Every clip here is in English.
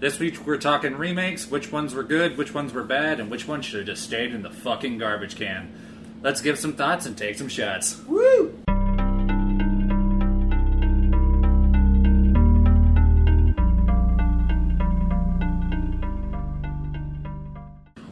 This week we're talking remakes, which ones were good, which ones were bad, and which one should have just stayed in the fucking garbage can. Let's give some thoughts and take some shots. Woo!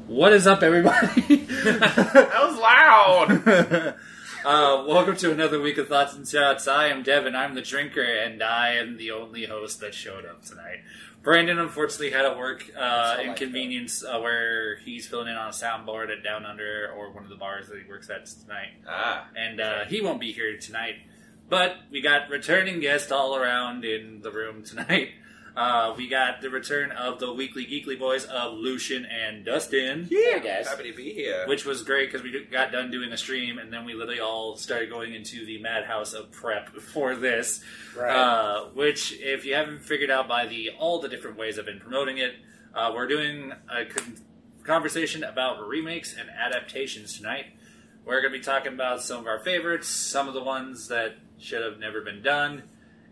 What is up, everybody? That was loud. Uh, welcome to another week of Thoughts and Shots. I am Devin. I'm the drinker, and I am the only host that showed up tonight. Brandon unfortunately had a work uh, That's all I inconvenience uh, where he's filling in on a soundboard at Down Under or one of the bars that he works at tonight, ah, and uh, he won't be here tonight. But we got returning guests all around in the room tonight. Uh, we got the return of the weekly geekly boys of Lucian and Dustin Yeah, guys. happy to be here. which was great because we got done doing a stream and then we literally all started going into the madhouse of prep for this uh, which if you haven't figured out by the all the different ways i've been promoting it uh, we're doing a con- conversation about remakes and adaptations tonight we're going to be talking about some of our favorites some of the ones that should have never been done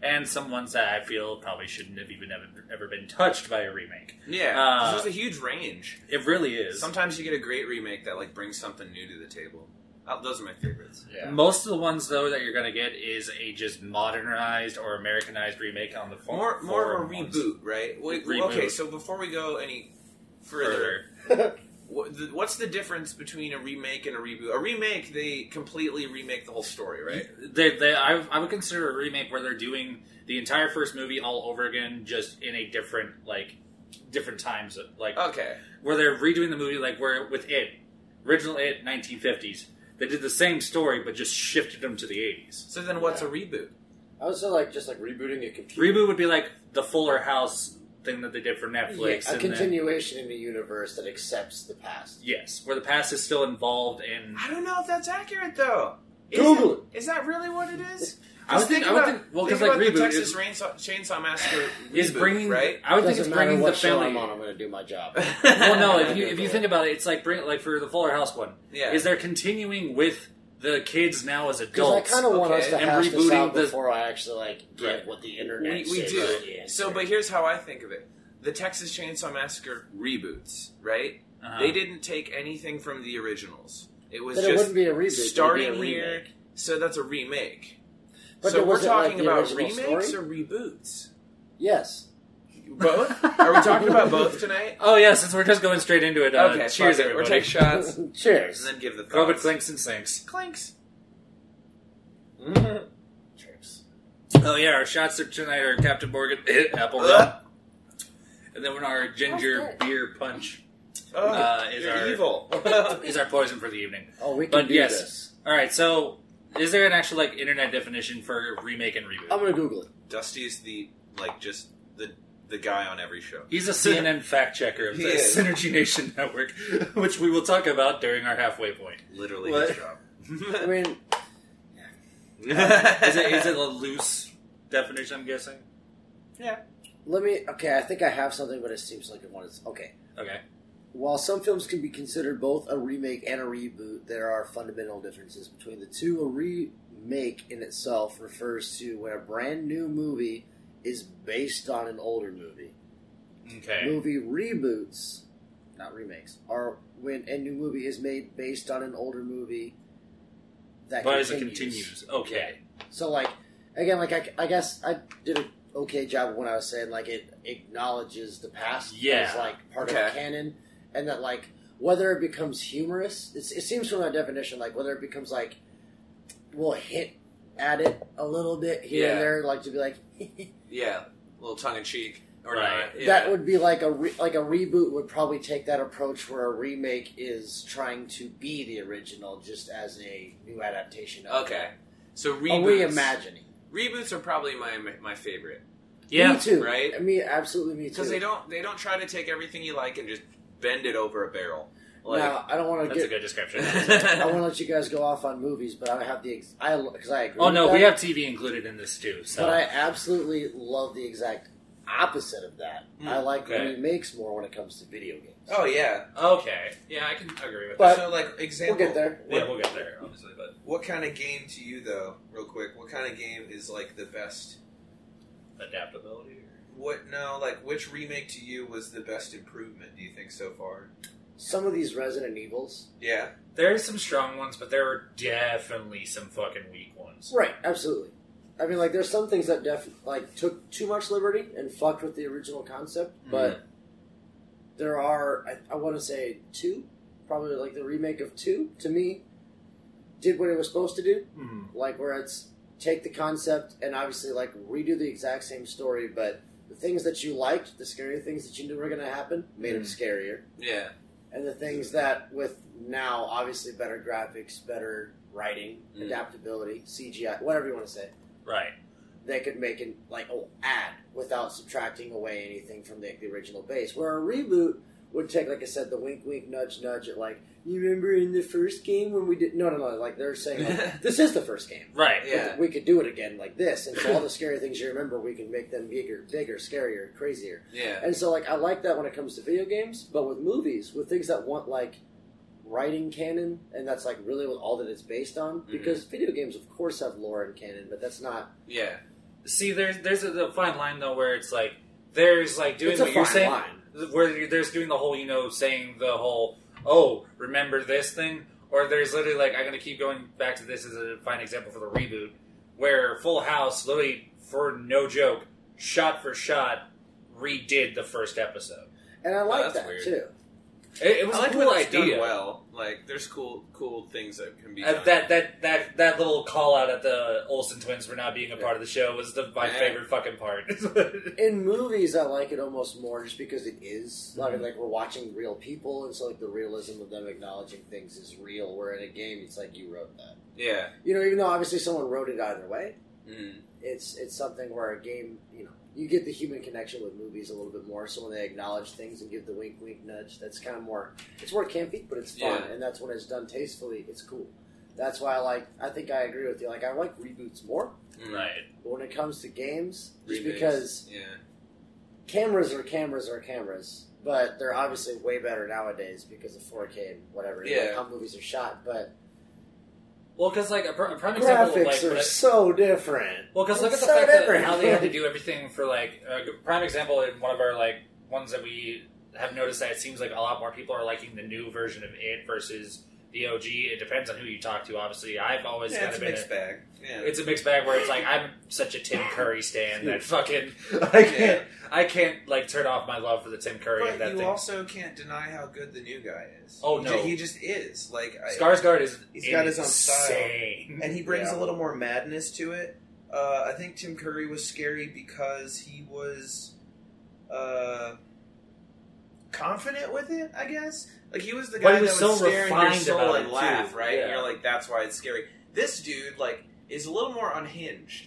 and some ones that i feel probably shouldn't have even ever, ever been touched by a remake yeah, uh, 'cause there's a huge range. it really is Sometimes you get a great remake that like brings something new to the table. Uh, those are my favorites. Yeah. Most of the ones though that you're gonna get is a just modernized or Americanized remake on the phone. More, more of a reboot, right? Wait, Reboot. Okay, so before we go any further, Further. wha- the- what's the difference between a remake and a reboot? A remake, they completely remake the whole story, right? They, they, I, I would consider a remake where they're doing the entire first movie all over again, just in a different like different times, like Okay, where they're redoing the movie, like where with it, original it, 1950s. They did the same story but just shifted them to the 80s. so then what's a reboot? I would say like just like rebooting a computer. Reboot would be like the Fuller House thing that they did for Netflix. Yeah, a and then- continuation in the universe that accepts the past. yes, where the past is still involved in. I don't know if that's accurate though. Is Google it- Is that really what it is? I would Just think. I would about, think. Well, because think like about the reboot Texas is, Chainsaw, Chainsaw Massacre is reboot, bringing. right. I would think Doesn't it's matter bringing what the show family. I'm on. I'm going to do my job. Well, no. If you if you think about it, it's like bring like for the Fuller House one. Yeah. Is they're continuing with the kids now as Because I adults? kind of want us to okay, and hash this out rebooting the- before I actually like get Right. what the we, internet. we says do. is the answer. So, but here's how I think of it: the Texas Chainsaw Massacre reboots, right? Uh-huh. They didn't take anything from the originals. It was then it just wouldn't be a reboot. it would be a starting remake. here. so that's a remake. But so there we're wasn't, like, talking the about original remakes story? or reboots? Yes. Both? Are we talking about both tonight? Oh yeah, since we're just going straight into it. Uh, okay, cheers, fuck it. We're everybody. taking shots and Cheers. then give the COVID thoughts. clinks and sinks. clinks. Oh, Cheers. Oh yeah, our shots of tonight are Captain Morgan, Apple Rum, Ugh. and then our ginger How's that? beer punch Oh, Uh, is you're our- evil. is our poison for the evening. Oh, we can But do yes. this. All right, so is there an actual like internet definition for remake and reboot? I'm going to Google it. Dusty's the like just the the guy on every show. He's a CNN fact checker of the He is. Synergy Nation network, which we will talk about during our halfway point. Literally What? his job. I mean, Is it, is it a loose definition? I'm guessing. let me. Okay, I think I have something, but it seems like it wants. Okay. Okay. While some films can be considered both a remake and a reboot, there are fundamental differences between the two. A remake in itself refers to when a brand new movie is based on an older movie. Okay. Movie reboots, not remakes, are when a new movie is made based on an older movie that But as it continues, continues. okay. So, like, again, like, I, I guess I did an okay job when I was saying, like, it acknowledges the past Yeah. as, like, part Okay. of canon, and that, like, whether it becomes humorous, it's, it seems from that definition, like, whether it becomes, like, we'll hit at it a little bit here Yeah. and there, like, to be like, Yeah, a little tongue in cheek or Right. not. Yeah. that would be like a, re- like, a reboot would probably take that approach where a remake is trying to be the original just as a new adaptation of okay. So it. A reboots. reimagining. Reboots are probably my my favorite Yeah. me too. right? Me absolutely. Me too. because they don't they don't try to take everything you like and just bend it over a barrel. Like now, I don't want to That's a get. good description. I want to let you guys go off on movies, but I have the ex- I because I agree. Oh no, with we that, have TV included in this too. So But I absolutely love the exact opposite of that. Hmm, I like okay. remakes more when it comes to video games. oh yeah. okay. Yeah, I can agree with But- so like we'll example. get there. that. Yeah, we'll get there obviously, but What kind of game to you though? Real quick. What kind of game is like the best? adaptability. Or... what no like which remake to you was the best improvement? Do you think so far? Some of these Resident Evils. Yeah, There's some strong ones, but there are definitely some fucking weak ones. Right, absolutely. I mean, like, there's some things that def like took too much liberty and fucked with the original concept, Hmm. but there are, I, I want to say, two, probably like the remake of two, to me, did what it was supposed to do. Hmm. Like, where it's take the concept and obviously, like, redo the exact same story, but the things that you liked, the scary things that you knew were going to happen, made them Mhm. scarier. yeah, and the things that with now obviously better graphics, better writing, Mm. adaptability, CGI, whatever you want to say, Right. they could make it like oh add without subtracting away anything from the, the original base. Where a reboot would take, like I said, the wink, wink, nudge, nudge at like you remember in the first game when we did no, no, no, like they're saying like, this is the first game. Right. yeah. We could do it again like this, and so all the scary things you remember, we can make them bigger, bigger, scarier, crazier. Yeah. And so, like, I like that when it comes to video games, but with movies, with things that want, like, writing canon, and that's, like, really what all that it's based on, Mm-hmm. because video games, of course, have lore and canon, but that's not. Yeah. See, there's there's a, a fine line though where it's like there's like doing it's a what you're fine saying, line. where you- there's doing the whole you know saying the whole oh remember this thing, or there's literally like I'm gonna keep going back to this as a fine example for the reboot where Full House literally for no joke shot for shot redid the first episode. And I Oh, like that's that, weird. too. It, it was I a like cool when it's idea. done well. Like there's cool cool things that can be Uh, done. that that that that little call out at the Olsen twins for not being a part of the show was the my Yeah. favorite fucking part. In movies, I like it almost more just because it is. I mean, Mhm. like, we're watching real people, and so, like, the realism of them acknowledging things is real, where in a game, it's like you wrote that. yeah. You know, even though obviously someone wrote it either way, Mm-hmm. Mm. it's it's something where a game, you know, you get the human connection with movies a little bit more. So when they acknowledge things and give the wink, wink, nudge, that's kind of more. It's more campy, but it's fun, Yeah. and that's when it's done tastefully. It's cool. That's why I like. I think I agree with you. Like I like reboots more, Mm. right. but when it comes to games, just Remakes. because Yeah. cameras are cameras are cameras, but they're obviously way better nowadays because of 4K and whatever. like, Yeah. how movies are shot, but Well, because like a, pr- a prime example, of, like graphics are what- so different. Well, because look at It's the so fact that different. how they had to do everything for like a g- prime example in one of our like ones that we have noticed that it seems like a lot more people are liking the new version of it versus the OG. It depends on who you talk to. Obviously, I've always Yeah, kind it's of a been. mixed bag. Yeah. It's a mixed bag where it's like I'm such a Tim Curry stan that fucking I can't I can't like turn off my love for the Tim Curry of But that you thing. also can't deny how good the new guy is. Oh, He no. ju- he just is. Like I, Skarsgård is He's got his own style. insane. and he brings Yeah. a little more madness to it. Uh, I think Tim Curry was scary because he was uh, confident with it. I guess like he was the But guy he was that would so stare in your refined soul about it, and laugh, too. right? And Yeah. you're like, that's why it's scary. This dude like is a little more unhinged.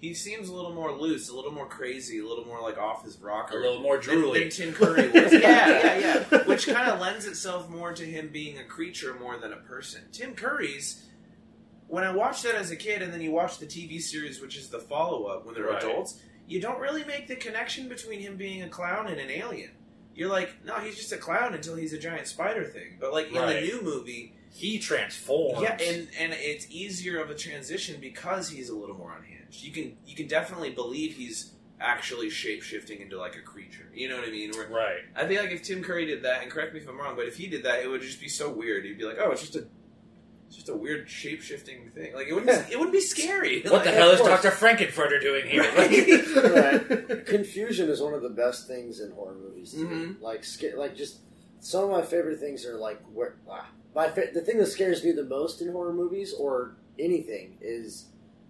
He seems a little more loose, a little more crazy, a little more like off his rocker. a little more than- drooly. than Tim Curry was. yeah, yeah, yeah which kind of lends itself more to him being a creature more than a person. Tim Curry's. When I watched that as a kid, and then you watch the TV series, which is the follow up when they're Right. adults, you don't really make the connection between him being a clown and an alien. You're like, no, he's just a clown until he's a giant spider thing. But like Right. in the new movie, he transforms. yeah, and and it's easier of a transition because he's a little more unhinged. You can you can definitely believe he's actually shape shifting into like a creature. You know what I mean? Where right. I feel like if Tim Curry did that, and correct me if I'm wrong, but if he did that, it would just be so weird. You'd be like, oh, it's just a, it's just a weird shape shifting thing. Like it wouldn't, be, it wouldn't be scary. What the Like, hell is of course. Doctor Frankenfurter doing here? Right. Confusion is one of the best things in horror movies. to me. Mhm. Like, sca- like just some of my favorite things are like where ah, my fa- the thing that scares me the most in horror movies or anything is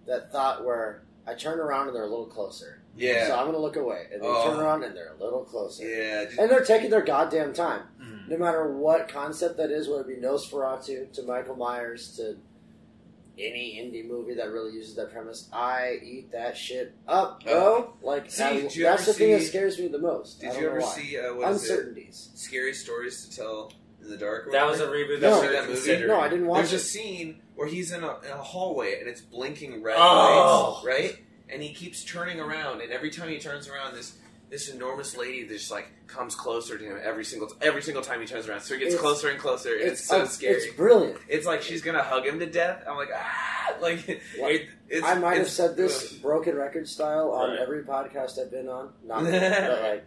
that thought where I turn around and they're a little closer, so Yeah, I'm gonna look away, and then Oh. turn around and they're a little closer, yeah. and they're taking their goddamn time. Mm. Mhm. No matter what concept that is, whether it be Nosferatu to Michael Myers to any indie movie that really uses that premise, I eat that shit up, bro. Like, Oh. See, I- did you that's ever the thing that see- scares me the most. I Did don't you know ever why. see uh, what is it? uncertainties? Scary stories to tell in the dark. or That was a whatever? reboot. that No. was That movie? considered. No, I didn't watch There's it. a scene where he's in a, in a hallway and it's blinking red Oh. lights, right? And he keeps turning around, and every time he turns around, this this enormous lady that just like comes closer to him every single every single time he turns around. So he gets It's- closer and closer, and it's, so oh, scary. It's It's, brilliant. like she's gonna hug him to death. I'm like ah, like it, What? it's, I might have it's- said this ugh. broken record style on Right. every podcast I've been on. Not but like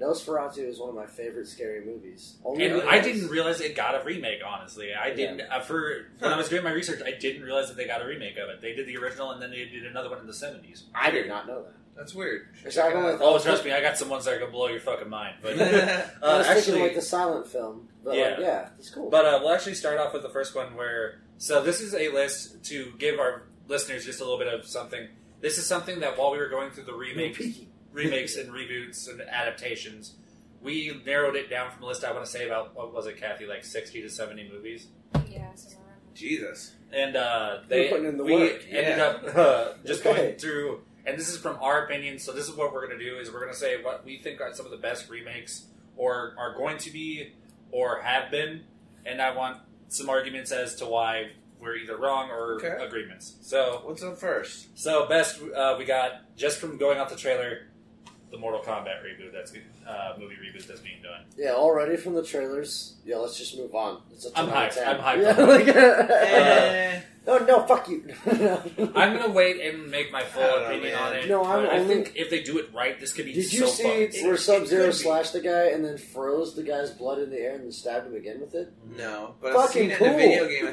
Nosferatu is one of my favorite scary movies. Only And Yeah. I didn't realize it got a remake. Honestly, I didn't. Uh, for when I was doing my research, I didn't realize that they got a remake of it. They did the original, and then they did another one in the seventies. I did not know that. That's weird. It's not only- Oh, trust me, I got some ones that are gonna blow your fucking mind. But uh, I was thinking actually, like the silent film, but yeah, Yeah. like, yeah it's cool. But uh, we'll actually start off with the first one where. So this is a list to give our listeners just a little bit of something. This is something that while we were going through the remake, remakes and reboots and adaptations, we narrowed it down from a list. I want to say about what was it, Kathy? Like sixty to seventy movies, Yeah, somewhere around Jesus. and uh, We're they putting in the we work, ended yeah. up uh, just Okay. going through. And this is from our opinion. So this is what we're going to do is we're going to say what we think are some of the best remakes or are going to be or have been, and I want some arguments as to why we're either wrong or Okay. agreements. So What's up first? so best uh, we got just from going off the trailer, the Mortal Kombat reboot that's uh, movie reboot that's being done. yeah, already from the trailers. Yeah, let's just move on. It's a 10 I'm out of hyped. 10. I'm hyped. Yeah, like, Eh, no, no, fuck you. I'm gonna wait and make my full I don't know, opinion on man. it. No, I'm but I only- think if they do it right, this could be Did so you see fucking sick. where It- Sub it Zero could be. slashed the guy and then froze the guy's blood in the air and then stabbed him again with it? no, but I've Fucking seen it in cool. a video game a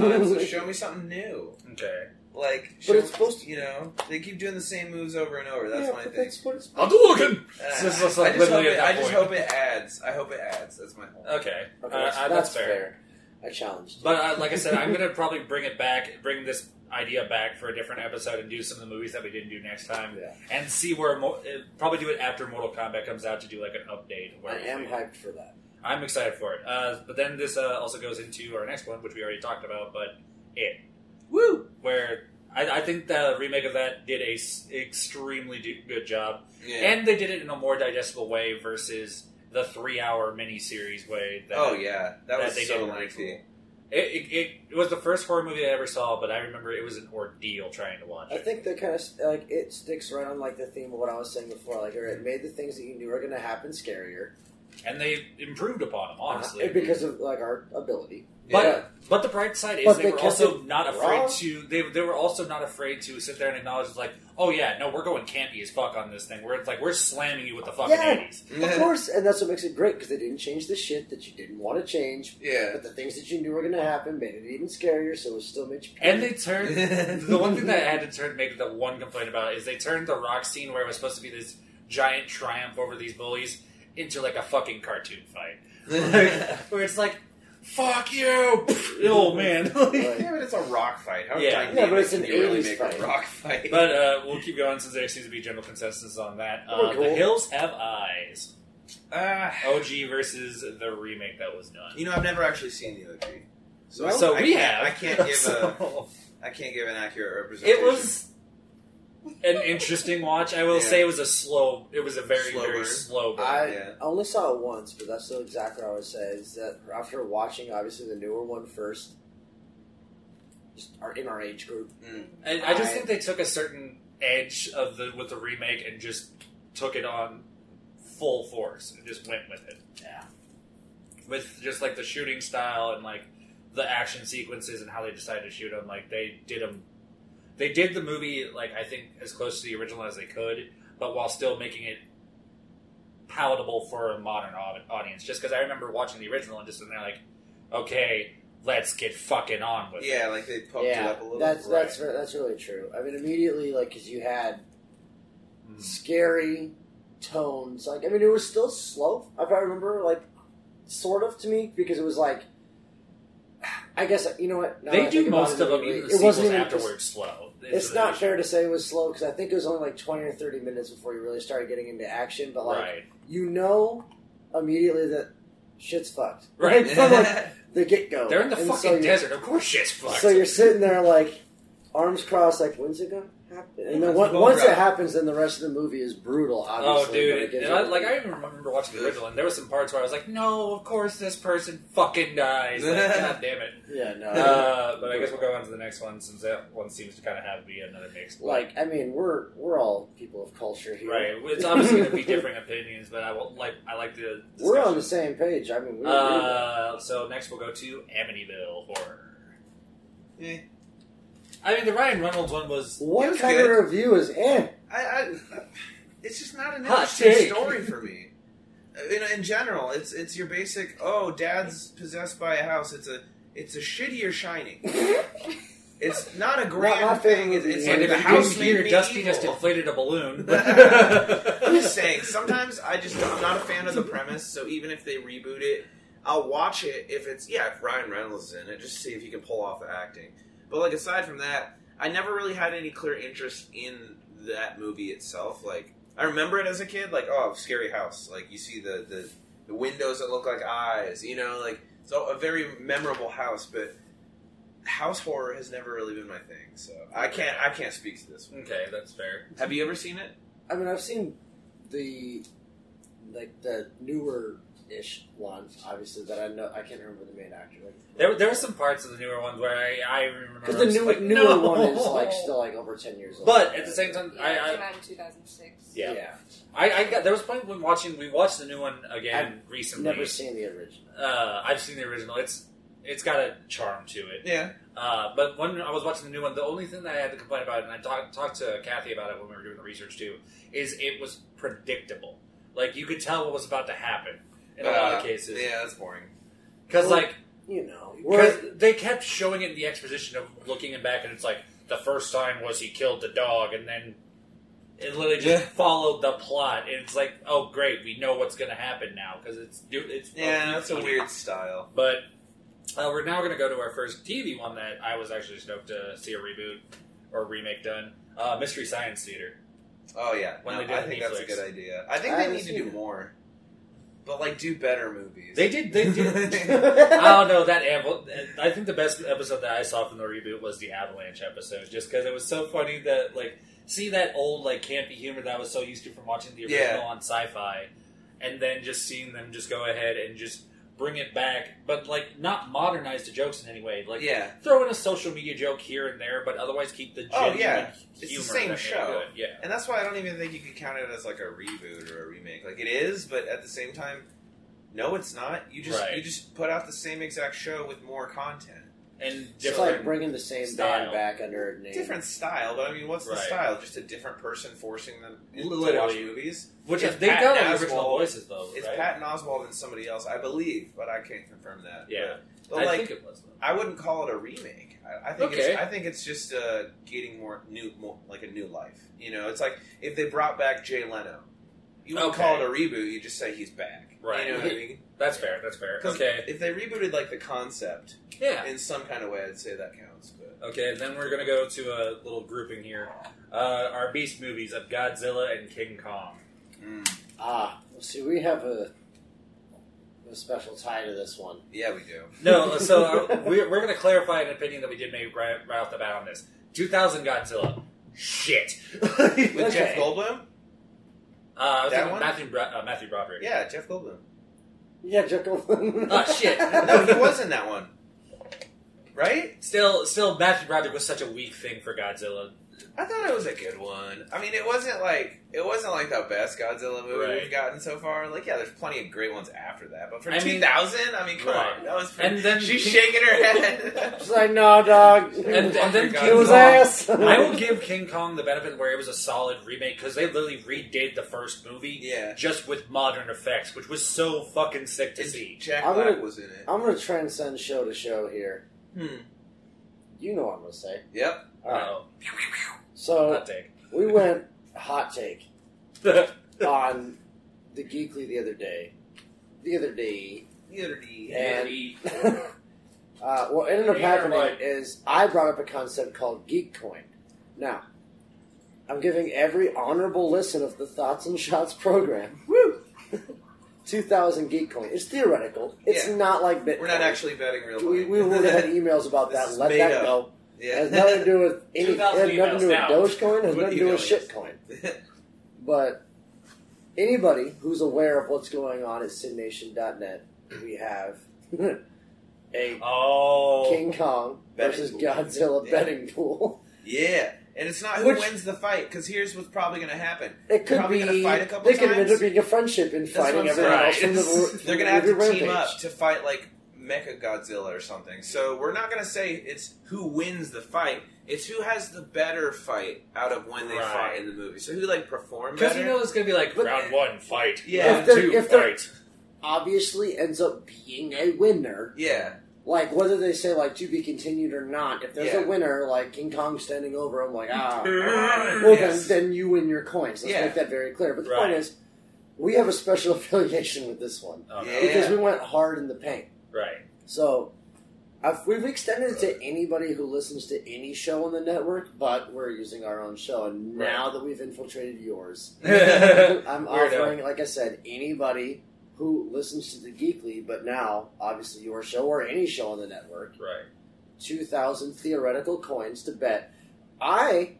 times. So show me something new. Okay, Like, But show it's supposed to- you know they keep doing the same moves over and over. That's yeah, my but thing. That's what it's. I'll do it again. Uh, It's just- it's like I just, hope literally it, at that I just point. hope it adds. I hope it adds. That's my whole. Okay, uh, Okay, that's, uh, that's fair. fair. I challenged. But uh, like I said, I'm gonna probably bring it back, bring this idea back for a different episode, and do some of the movies that we didn't do next time, Yeah. and see where mo- uh, probably do it after Mortal Kombat comes out to do like an update. Where I am we- hyped for that. I'm excited for it. Uh, but then this uh, also goes into our next one, which we already talked about, but it. Woo! Where I, I think the remake of that did a s- extremely do- good job, Yeah. and they did it in a more digestible way versus the three-hour miniseries way. That oh yeah, that, that they was so did really lengthy. It, it, it, it was the first horror movie I ever saw, but I remember it was an ordeal trying to watch I it. think that kind of like it sticks right on like the theme of what I was saying before. Like, all right, made the things that you knew are going to happen scarier, and they improved upon them, honestly. Uh, because of like our ability. But- yeah. But the bright side is But they, they were kept also it not raw? afraid to. They they were also not afraid to sit there and acknowledge like, oh yeah, no, we're going campy as fuck on this thing. Where it's like we're slamming you with the fucking Yeah. eighties. of course, and that's what makes it great because they didn't change the shit that you didn't want to change, yeah. but the things that you knew were going to happen made it even scarier, so it still made you. And they turned the one thing that I had to turn make the one complaint about is they turned the rock scene where it was supposed to be this giant triumph over these bullies into like a fucking cartoon fight Like, where it's like, fuck you, oh man. yeah, but it's a rock fight. How Yeah. gigantic Yeah, but it's an can you really 80s make fight. a rock fight? But uh, we'll keep going since there seems to be general consensus on that. Oh, Uh, The cool. Hills Have Eyes. uh, OG versus the remake that was done. you know, I've never actually seen the OG, so, Well, so I we can't, have. I can't give a. So, I can't give an accurate representation. it was an interesting watch. I will Yeah. say it was a slow. It was a very Slow very burn. slow burn. I Yeah. I only saw it once, but that's still exactly what I would say. Is that after watching obviously the newer one first, just our, in our age group, Mm. And I just I- think they took a certain edge of the with the remake and just took it on full force and just went with it. Yeah. With just like the shooting style and like the action sequences and how they decided to shoot them, like they did them. They did the movie like I think as close to the original as they could, but while still making it palatable for a modern au- audience. Just because I remember watching the original and just sitting there like, okay, let's get fucking on with it. Yeah, like they poked it up a little. that's Right. that's that's really true. I mean, immediately like because you had Mm. scary tones. Like I mean, it was still slow. If I remember, like sort of to me because it was like. I guess you know what now that They I do think about most it, of them, it even the wasn't sequels even- afterwards slow. It's not fair to say it was slow because I think it was only like twenty or thirty minutes before you really started getting into action. But like right. you know immediately that shit's fucked. Right. Like, from like the get go. They're in the and so fucking you- desert. Of course, shit's fucked. So you're sitting there like, arms crossed, like when's it gonna happen? And then When's on- the boat once it ride? happens, then the rest of the movie is brutal. Obviously, Oh, but it dude! gives And I, you- like I even remember watching the original, and there were some parts where I was like, "No, of course this person fucking dies!" Like, God damn it! yeah, no, Uh, but I guess we'll go on to the next one since that one seems to kind of have be another mixed. blood. like I mean, we're we're all people of culture here, right? It's obviously going to be differing opinions, but I will like I like the. We're on the discussion. same page. I mean, we Uh, so next we'll go to Amityville Horror. Eh. I mean, the Ryan Reynolds one was it one was kind good. of review is eh. I, I, it's just not an Hot interesting take. story for me. Uh, In, in general, it's it's your basic. Oh, dad's possessed by a house. It's a it's a shittier Shining. It's not a grand my favorite thing. It's, it's movie. and if like the you house didn't made hear, me Dusty evil. just inflated a balloon. I'm just saying. Sometimes I just I'm not a fan of the premise. So even if they reboot it, I'll watch it if it's yeah if Ryan Reynolds is in it, just see if he can pull off the acting. But like aside from that, I never really had any clear interest in that movie itself. Like I remember it as a kid, like oh scary house, like you see the the, the windows that look like eyes, you know, like so a very memorable house, but. House horror has never really been my thing, so I can't I can't speak to this one. okay, that's fair. Have you ever seen it? I mean, I've seen the like the newer ish one, obviously that I know. I can't remember the main actor. There, there were some parts of the newer ones where I, I remember because the just new, like, newer no! one is like still like over ten years old. But at the same time, Yeah, I, it I came out in 2006. Yeah. I, I got there was a point when watching we watched the new one again recently. never seen the original. uh, I've seen the original. It's it's got a charm to it. Yeah. Uh, but when I was watching the new one, the only thing that I had to complain about, and I talked talked to Kathy about it when we were doing the research too, is it was predictable. Like you could tell what was about to happen in a lot of Uh, cases. Yeah, that's boring. Because Well, like You know, Because we're- they kept showing it in the exposition of looking it back, and it's like the first time was he killed the dog, and then it literally just Yeah. followed the plot. And it's like, oh great, we know what's going to happen now because it's dude, it's Yeah, that's a funny. weird style. But uh, we're now going to go to our first TV one that I was actually stoked to see a reboot or remake done. Uh, Mystery Science Theater. Oh yeah, When No, they do I the think that's a Netflix. good idea. I think I they haven't need to seen do it. more, but like do better movies. They did. They did. I don't know that Aval- I think the best episode that I saw from the reboot was the Avalanche episode, just because it was so funny that like see that old like campy humor that I was so used to from watching the original Yeah. on Sci-Fi, and then just seeing them just go ahead and just bring it back, but like not modernize the jokes in any way, like yeah, throw in a social media joke here and there, but otherwise keep the Oh, genuine yeah. It's the humor same that made it show. good. yeah. and that's why I don't even think you could count it as like a reboot or a remake. Like it is, but at the same time, no, it's not. You just Right. you just put out the same exact show with more content, And it's different. like bringing the same style. band back under a name. different style. But I mean, what's the Right. style? Just a different person forcing them to watch Literally. movies. which It's they Patton got like, original Oswalt. voices though, It's right? Patton Oswald and somebody else, I believe, but I can't confirm that. Yeah. but, but I like think it was. Though. I wouldn't call it a remake. I, I think Okay. it's, I think it's just uh, getting more new, more, like a new life. You know, it's like if they brought back Jay Leno, you wouldn't Okay. call it a reboot. You just say he's back. Right. You know what I mean? That's fair. That's fair. 'Cause Okay. If they rebooted like the concept Yeah. in some kind of way, I'd say that counts. But Okay, then we're gonna go to a little grouping here. Uh, our beast movies of Godzilla and King Kong. Mm. Ah, well, see, we have a, a special tie to this one. yeah, we do. No, so uh, we're, we're gonna clarify an opinion that we did make right, right off the bat on this. 2000 Godzilla, shit. uh, With Jeff Goldblum, I was That thinking one? Matthew Bro- uh, Matthew Broderick. yeah, Jeff Goldblum. Yeah, Jekyll. Oh, shit. No, he was in that one, right? Still, still Matthew Broderick was such a weak thing for Godzilla. I thought it was a good one. I mean, it wasn't like it wasn't like the best Godzilla movie Right. we've gotten so far. Like, yeah, there's plenty of great ones after that, but for I mean- 2000, I mean, come Right. on, that was. Pretty, And then she's shaking her She's head. like, no, dog. And, and then Fucking King kill his Godzilla. Kong. ass. I will give King Kong the benefit where it was a solid remake because they literally redid the first movie yeah, just with modern effects, which was so fucking sick to And see. Jack I'm Black gonna- was in it. I'm going to transcend show to show here. Hmm. You know what I'm going to say. Yep. All right. Oh, So Oh. hot take. we went hot take yeah. on the Geekly the other day. The other day. The other D. Yeah. uh, what ended up Yeah, happening right. is I brought up a concept called GeekCoin. Now, I'm giving every honorable listen of the Thoughts and Shots program. Woo! 2000 GeekCoin. It's theoretical. It's Yeah. not like Bitcoin. We're not actually betting real money. We, we would have had emails about This that. is Let made that up. go. It has nothing to do with any, it has 2,000 nothing to do with emails now. Dogecoin. It has What nothing to do with email is- shitcoin. But anybody who's aware of what's going on at SidNation.net, we have a Oh, King Kong Betting versus pool. Godzilla Yeah. betting pool. yeah, and it's not who Which- wins the fight because here's what's probably going to happen. It could Probably be gonna fight a couple they could end up times. being a friendship and That's what fighting I'm everyone else saying. from the They're going going to have to team up to fight like Mecha Godzilla or something. So we're not going to say it's who wins the fight. It's who has the better fight out of when they Right. fought in the movie. So who like performed because better? you know it's gonna be like But- round one fight, Yeah. round If they're- two if they're- fight. Obviously, ends up being a winner. yeah, Like whether they say like to be continued or not. If there's Yeah. a winner, like King Kong standing over, I'm like ah. Well, Yes. then, then you win your coins. Let's Yeah. make that very clear. But the Right. point is, we have a special affiliation with this one Oh, no. Yeah. because we went hard in the paint. Right. So I've, we've extended it to anybody who listens to any show on the network, but we're using our own show. And Right. now that we've infiltrated yours, Weirdo. I'm offering, like I said, anybody who listens to the Geekly, but now obviously your show or any show on the network, Right. 2,000 theoretical coins to bet. I,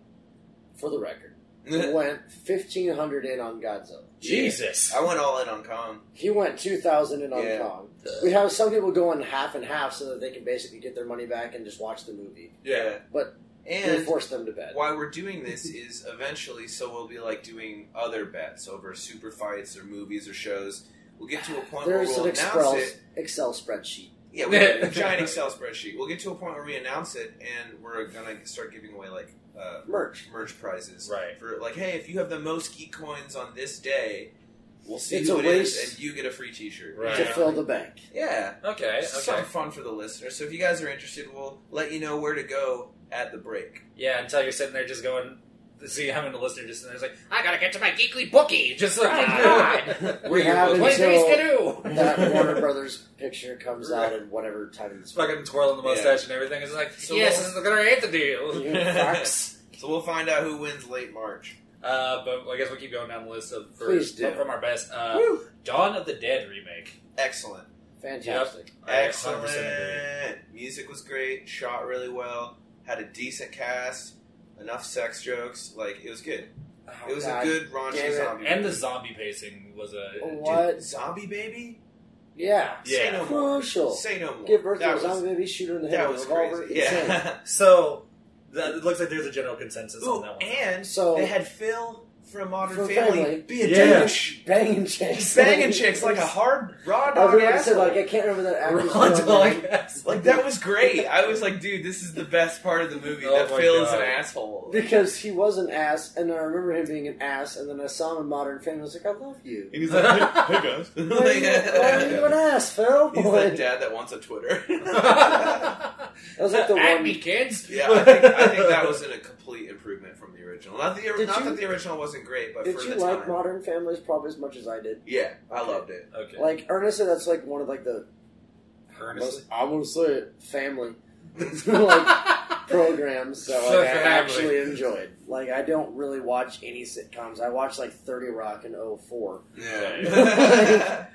for the record, went 1500 in on Godzilla. Jesus. I went all in on Kong. He went 2000 in on Yeah. Kong. We have some people going half and half so that they can basically get their money back and just watch the movie. Yeah, But- And and force them to bet. why we're doing this is eventually so we'll be like doing other bets over super fights or movies or shows. We'll get to a point where There's we'll an announce Excel, it. Excel spreadsheet. Yeah, we have a giant Excel spreadsheet. We'll get to a point where we announce it, and we're gonna start giving away like uh, Merch. merch prizes Right. for like, hey, if you have the most geek coins on this day, we'll see It's who a it is, race and you get a free T-shirt. Right. To fill the bank. Yeah, Okay. It's Okay. something fun for the listeners. So if you guys are interested, we'll let you know where to go at the break. Yeah. Until you're sitting there just going. See, having a listener just and there's like, I gotta get to my geekly bookie. Just like, God, We your have book- what Until things to do? That Warner Brothers picture comes out at whatever time it's Just fucking twirling the mustache and everything. It's like, So yes, we'll- this is gonna hate the deal. You fucks. So we'll find out who wins late March. Uh, but I guess we'll keep going down the list of Please first do. from our best. Uh, Woo! Dawn of the Dead remake. Excellent. Fantastic. I 100% agree. Excellent. Music was great. Shot really well. Had a decent cast. Enough sex jokes. Like it was good. Oh, It was God. a good raunchy damn it. zombie. And the movie. zombie pacing was a What? Dude, zombie baby? Yeah. Say Yeah. no more. Crucial. Say no more. Give birth that to a was, zombie baby, shoot her in the head That with was a revolver. crazy. Insane. Yeah. So that, it looks like there's a general consensus on Ooh, that one. and So- they had Phil from Modern From Family, Family. be a Yeah. douche. Banging chicks. Banging chicks like a hard raw I was dog gonna say, asshole. like, I can't remember that actor's Raw real dog name. ass. Like that was great. I was like, dude, this is the best part of the movie. Oh that my Phil is God. an asshole. Because he was an ass, and I remember him being an ass, and then I saw him in Modern Family, I was like, I love you. He's like, "Hey, guys. Why are you, why are you an ass, Phil? He's that dad that wants a Twitter. yeah, that was like the At one. me, kids. I think, I think that was in a complete improvement from the original. Not the Did not you- that the original wasn't great, but Did for you the like time. Modern Families probably as much as I did? Yeah, I loved it. Okay. Like, earnestly, that's like one of like the Earnestly. most, I won't say it, family like programs that For like, I family. actually enjoyed. Like, I don't really watch any sitcoms. I watched like 30 Rock in 04. Yeah.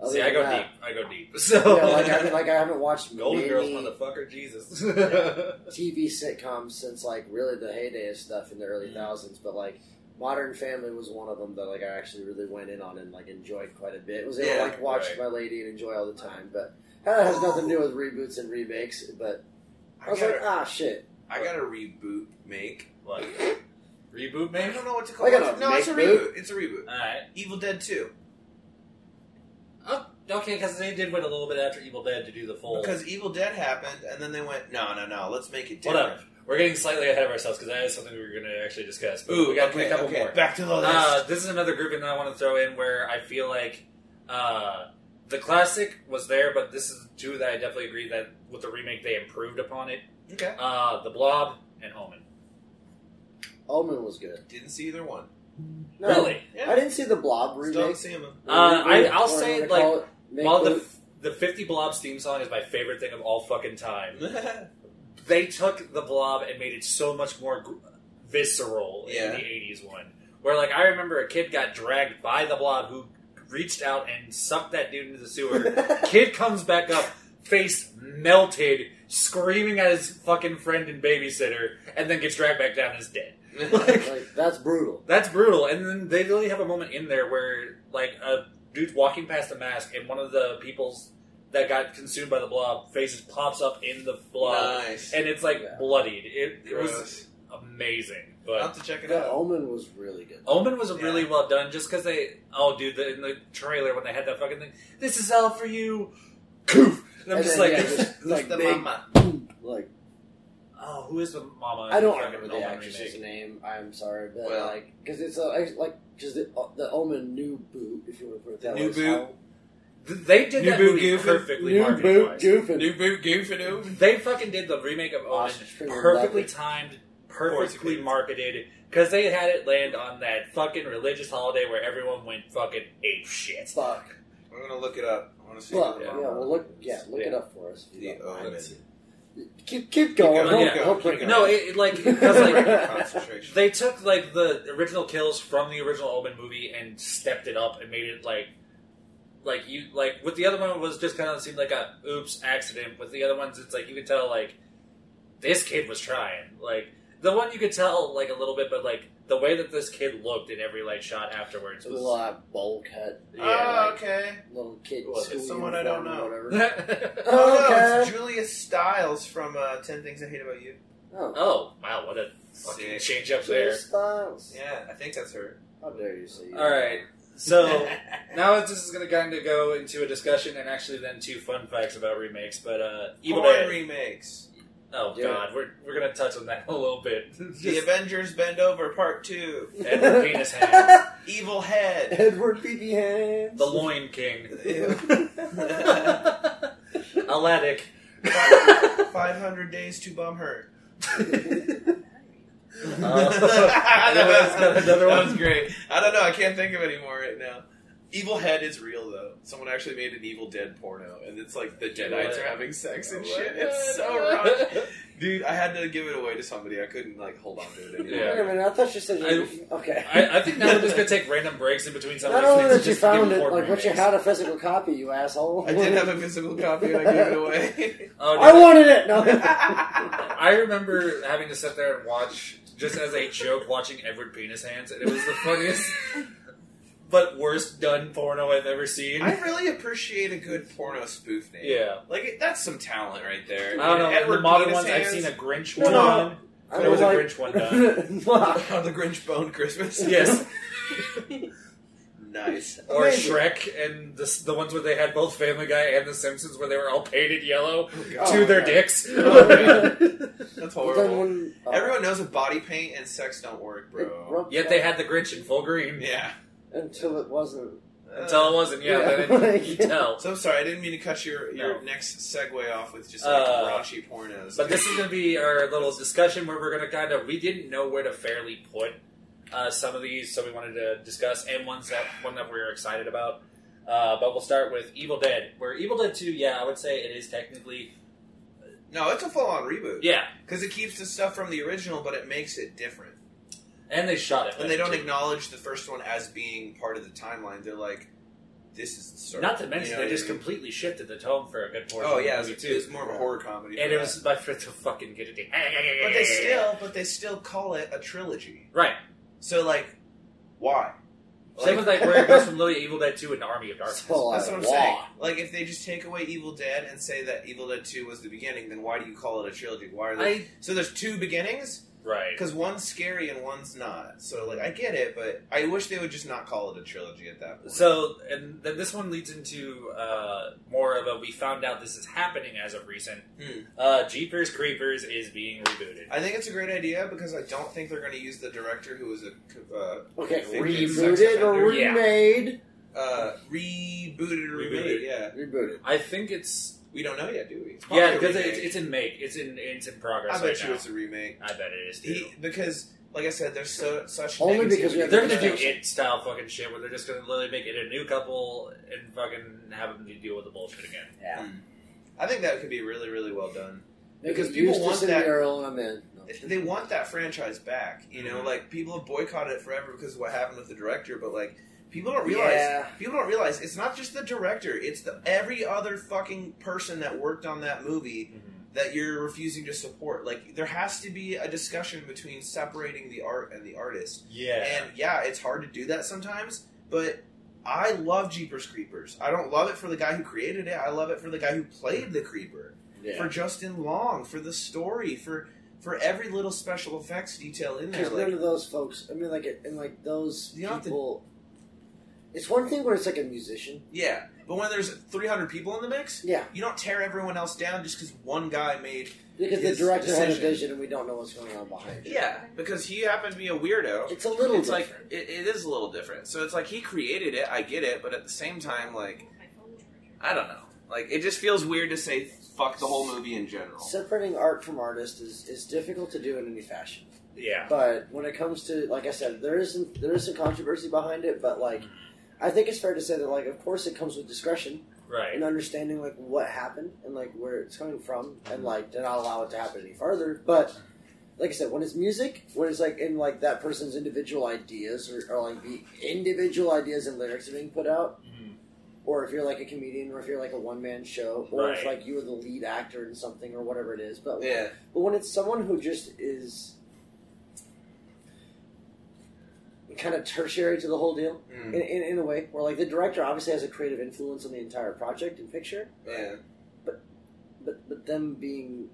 Other See, I than go Oh, that- deep. I go deep. So Yeah, like, I mean, like I haven't watched Golden many Girls, motherfucker, Jesus. TV sitcoms since like really the heyday of stuff in the early Mhm. thousands, but like Modern Family was one of them that like I actually really went in on and like enjoyed quite a bit. Was able Yeah, to like watch right. my lady and enjoy all the time, but that has nothing to do with reboots and remakes. But I I, was got like, a, ah, shit. I got a reboot make. what? Reboot, I maybe? don't know what to call I it. got a No, it's a make reboot. It's a reboot. Alright. Evil Dead 2. Oh, okay, because they did wait a little bit after Evil Dead to do the full. Because Evil Dead happened, and then they went, no, no, no, let's make it Hold different. We're getting slightly ahead of ourselves because that is something we were going to actually discuss. But Ooh, we got okay, a couple okay. Oh, more. Back to the list. Uh, this is another grouping that I want to throw in where I feel like uh, the classic was there, but this is two that I definitely agree that with the remake they improved upon it. okay. Uh, the Blob and Omen. Omen was good. Didn't see either one. No, Really? Yeah. I didn't see the Blob Still remake. don't see them. Uh, I, I'll Or say, what they like, call it, make while the, boot. the 50 Blobs theme song is my favorite thing of all fucking time, they took the blob and made it so much more gr- visceral Yeah. in the 80s one where like i remember a kid got dragged by the blob who reached out and sucked that dude into the sewer kid comes back up face melted screaming at his fucking friend and babysitter, and then gets dragged back down and is dead. Like, Like, that's brutal. That's brutal. And then they literally have a moment in there where like a dude's walking past the mask, and one of the people's that got consumed by the blob faces pops up in the blob, nice. and it's like Yeah. Uh, bloodied. It, it was Gross. amazing, I'll but. have to check it That out. omen was really good. Omen was really Yeah. well done, just because they. Oh, dude, the, in the trailer when they had that fucking thing, this is hell for you, Koof! And I'm And just then, like, yeah, just, Who's like, the big, mama? like oh, who is the mama? I don't Fucking remember the Omen actress's remake. name. I'm sorry, but Well- like because it's a, like because the, uh, the Omen new boot, if you want to put it that New way, is boot? how- Th- They did New that Boo movie Goofin'? perfectly. new marketing boot, wise. goofing. New boot goofadoo. They fucking did the remake of Omen Austin Freeman perfectly loved timed, course he perfectly did. marketed, because they had it land on that fucking religious holiday where everyone went fucking ape shit. Fuck. I'm gonna look it up. I want to see Fuck. who the Yeah. mama Well, look. Yeah. Look Yeah. it up for us. If you The don't mind. Omen. Keep keep going. going, He'll- yeah, he'll keep pick it going. up. No, it, it like because like concentration. they took like the original kills from the original Omen movie and stepped it up and made it like like you like with the other one it was just kind of seemed like a oops accident. With the other ones, it's like you could tell like this kid was trying. Like the one you could tell like a little bit, but like the way that this kid looked in every like shot afterwards It's a little was like, bowl cut, oh, yeah. okay. little kid. Well, it's school someone I don't uniform or Whatever. like- Oh, no, Okay. it's Julia Stiles from uh, Ten Things I Hate About You. Oh, oh wow, what a fucking Sick. change up Julia there. Stiles. Yeah, I think that's her. How dare you say? All right, so. Now this is going to kind of go into a discussion and actually then two fun facts about remakes. But uh, Evil porn Dead- remakes. Oh Do God, we're we're going to touch on that a little bit. The Just Avengers Bend Over Part Two. Edward Penis Hands. Evil Head. Edward Peepee Hands. the Loin King, Ew. Aladdin. Five hundred days to bum her. another- another that one? was great. I don't know. I can't think of any more right now. Evil Head is real though. Someone actually made an Evil Dead porno, and it's like the Jedi's are having sex and shit. It's so rough, dude. I had to give it away to somebody. I couldn't like hold on to it anymore. Yeah. Wait a minute. I thought you said. You, okay. I, I think now we're just going to take random breaks in between some of Not these only things. that to you just give found it, porn like, but you remakes. had a physical copy, you asshole. I did have a physical copy, and I gave it away. Oh, no, I that- wanted it. No. I remember having to sit there and watch, just as a joke, watching Edward Penis Hands, and it was the funniest, but worst done porno I've ever seen. I really appreciate a good porno spoof name. yeah. Like it, that's some talent right there. I don't know. Edward the modern Penis ones, I've seen Hands. a Grinch No, one. no. I There was a like- Grinch one done. Oh, the Grinch Bone Christmas. yes. Nice. Or Amazing. Shrek, and the, the ones where they had both Family Guy and The Simpsons, where they were all painted yellow God. to Oh, their yeah. dicks. Oh, yeah. But That's then horrible. when, uh, Everyone knows that body paint and sex don't work, it bro. broke Yet they down had the Grinch in full green. Yeah. until it wasn't. Until it wasn't, yeah, Yeah. then it, you tell. Uh, So I'm sorry, I didn't mean to cut your your No. next segue off with just like Uh, raunchy pornos. But this is going to be our little discussion where we're going to kind of we didn't know where to fairly put uh, some of these, so we wanted to discuss and ones that one that we are excited about. Uh, but we'll start with Evil Dead. Where Evil Dead Two, yeah, I would say it is technically no, it's a full on reboot yeah, because it keeps the stuff from the original, but it makes it different. and they shot it, And they don't too. acknowledge the first one as being part of the timeline. They're like, "This is the story." Not to mention You know they what I just mean? completely shifted the tone for a good portion. Oh of the yeah, it's, movie, it's more of a horror comedy. and for it that. was by for to fucking get it. but they still, but they still call it a trilogy. right. So like, why? Same with like where it goes from Lily Evil Dead Two and Army of Darkness. So, That's uh, what I'm wah. saying. Like, if they just take away Evil Dead and say that Evil Dead 2 was the beginning, then why do you call it a trilogy? Why are they. I so there's two beginnings? right. Because one's scary and one's not. So, like, I get it, but I wish they would just not call it a trilogy at that point. So, and then this one leads into uh, more of a we found out this is happening as of recent. Hmm. Uh, Jeepers Creepers is being rebooted. I think it's a great idea because I don't think they're going to use the director who was a. Uh, Okay, They did Sex rebooted or Offender. Yeah. remade? uh, rebooted or remade, Rebooted. yeah. Rebooted. I think it's We don't know yet, do we? It's yeah probably a because it's, remake. it's in make. It's in it's in I progress. bet right you now. it's a remake. I bet it is too. He, because, like I said, there's so, such. Only because we negativity have They're about gonna Yeah. do it. it style fucking shit where they're just gonna literally make it a new couple and fucking have them deal with the bullshit again. Yeah. I think that could be really, really well done. Because Because people people Eustace want and that- Daryl, I'm in. No. They want that franchise back, you Mm-hmm. know. Like people have boycotted it forever because of what happened with the director, but like people don't realize Yeah. people don't realize it's not just the director; it's the every other fucking person that worked on that movie that you're refusing to support. Like there has to be a discussion between separating the art and the artist. Yeah. And yeah, it's hard to do that sometimes, but I love Jeepers Creepers. I don't love it for the guy who created it. I love it for the guy who played the creeper. Yeah. For Justin Long, for the story, for for every little special effects detail in there. Because none Like, of those folks, I mean, like, it- and like those You don't have to- people. It's one thing when it's like a musician. yeah. But when there's 300 people in the mix, Yeah, you don't tear everyone else down just because one guy made. because His the director had a decision. vision, and we don't know what's going on behind it. Yeah, because he happened to be a weirdo. It's a little it's like different. it, it is a little different. So it's like he created it. I get it, but at the same time, like I don't know. Like it just feels weird to say fuck the whole movie in general. Separating art from artist is, is difficult to do in any fashion. Yeah. But when it comes to, like I said, there isn't there is some controversy behind it. But like, I think it's fair to say that like, of course, it comes with discretion Right. and understanding like what happened and like where it's coming from and like to not allow it to happen any farther. But like I said, when it's music, when it's like in like that person's individual ideas or, or like the individual ideas and lyrics are being put out, Mhm. or if you're like a comedian, or if you're like a one man show, or if Right. like you were the lead actor in something or whatever it is. But Yeah, but when it's someone who just is kind of tertiary to the whole deal Mm, in, in, in a way where like the director obviously has a creative influence on the entire project and picture yeah, but but them being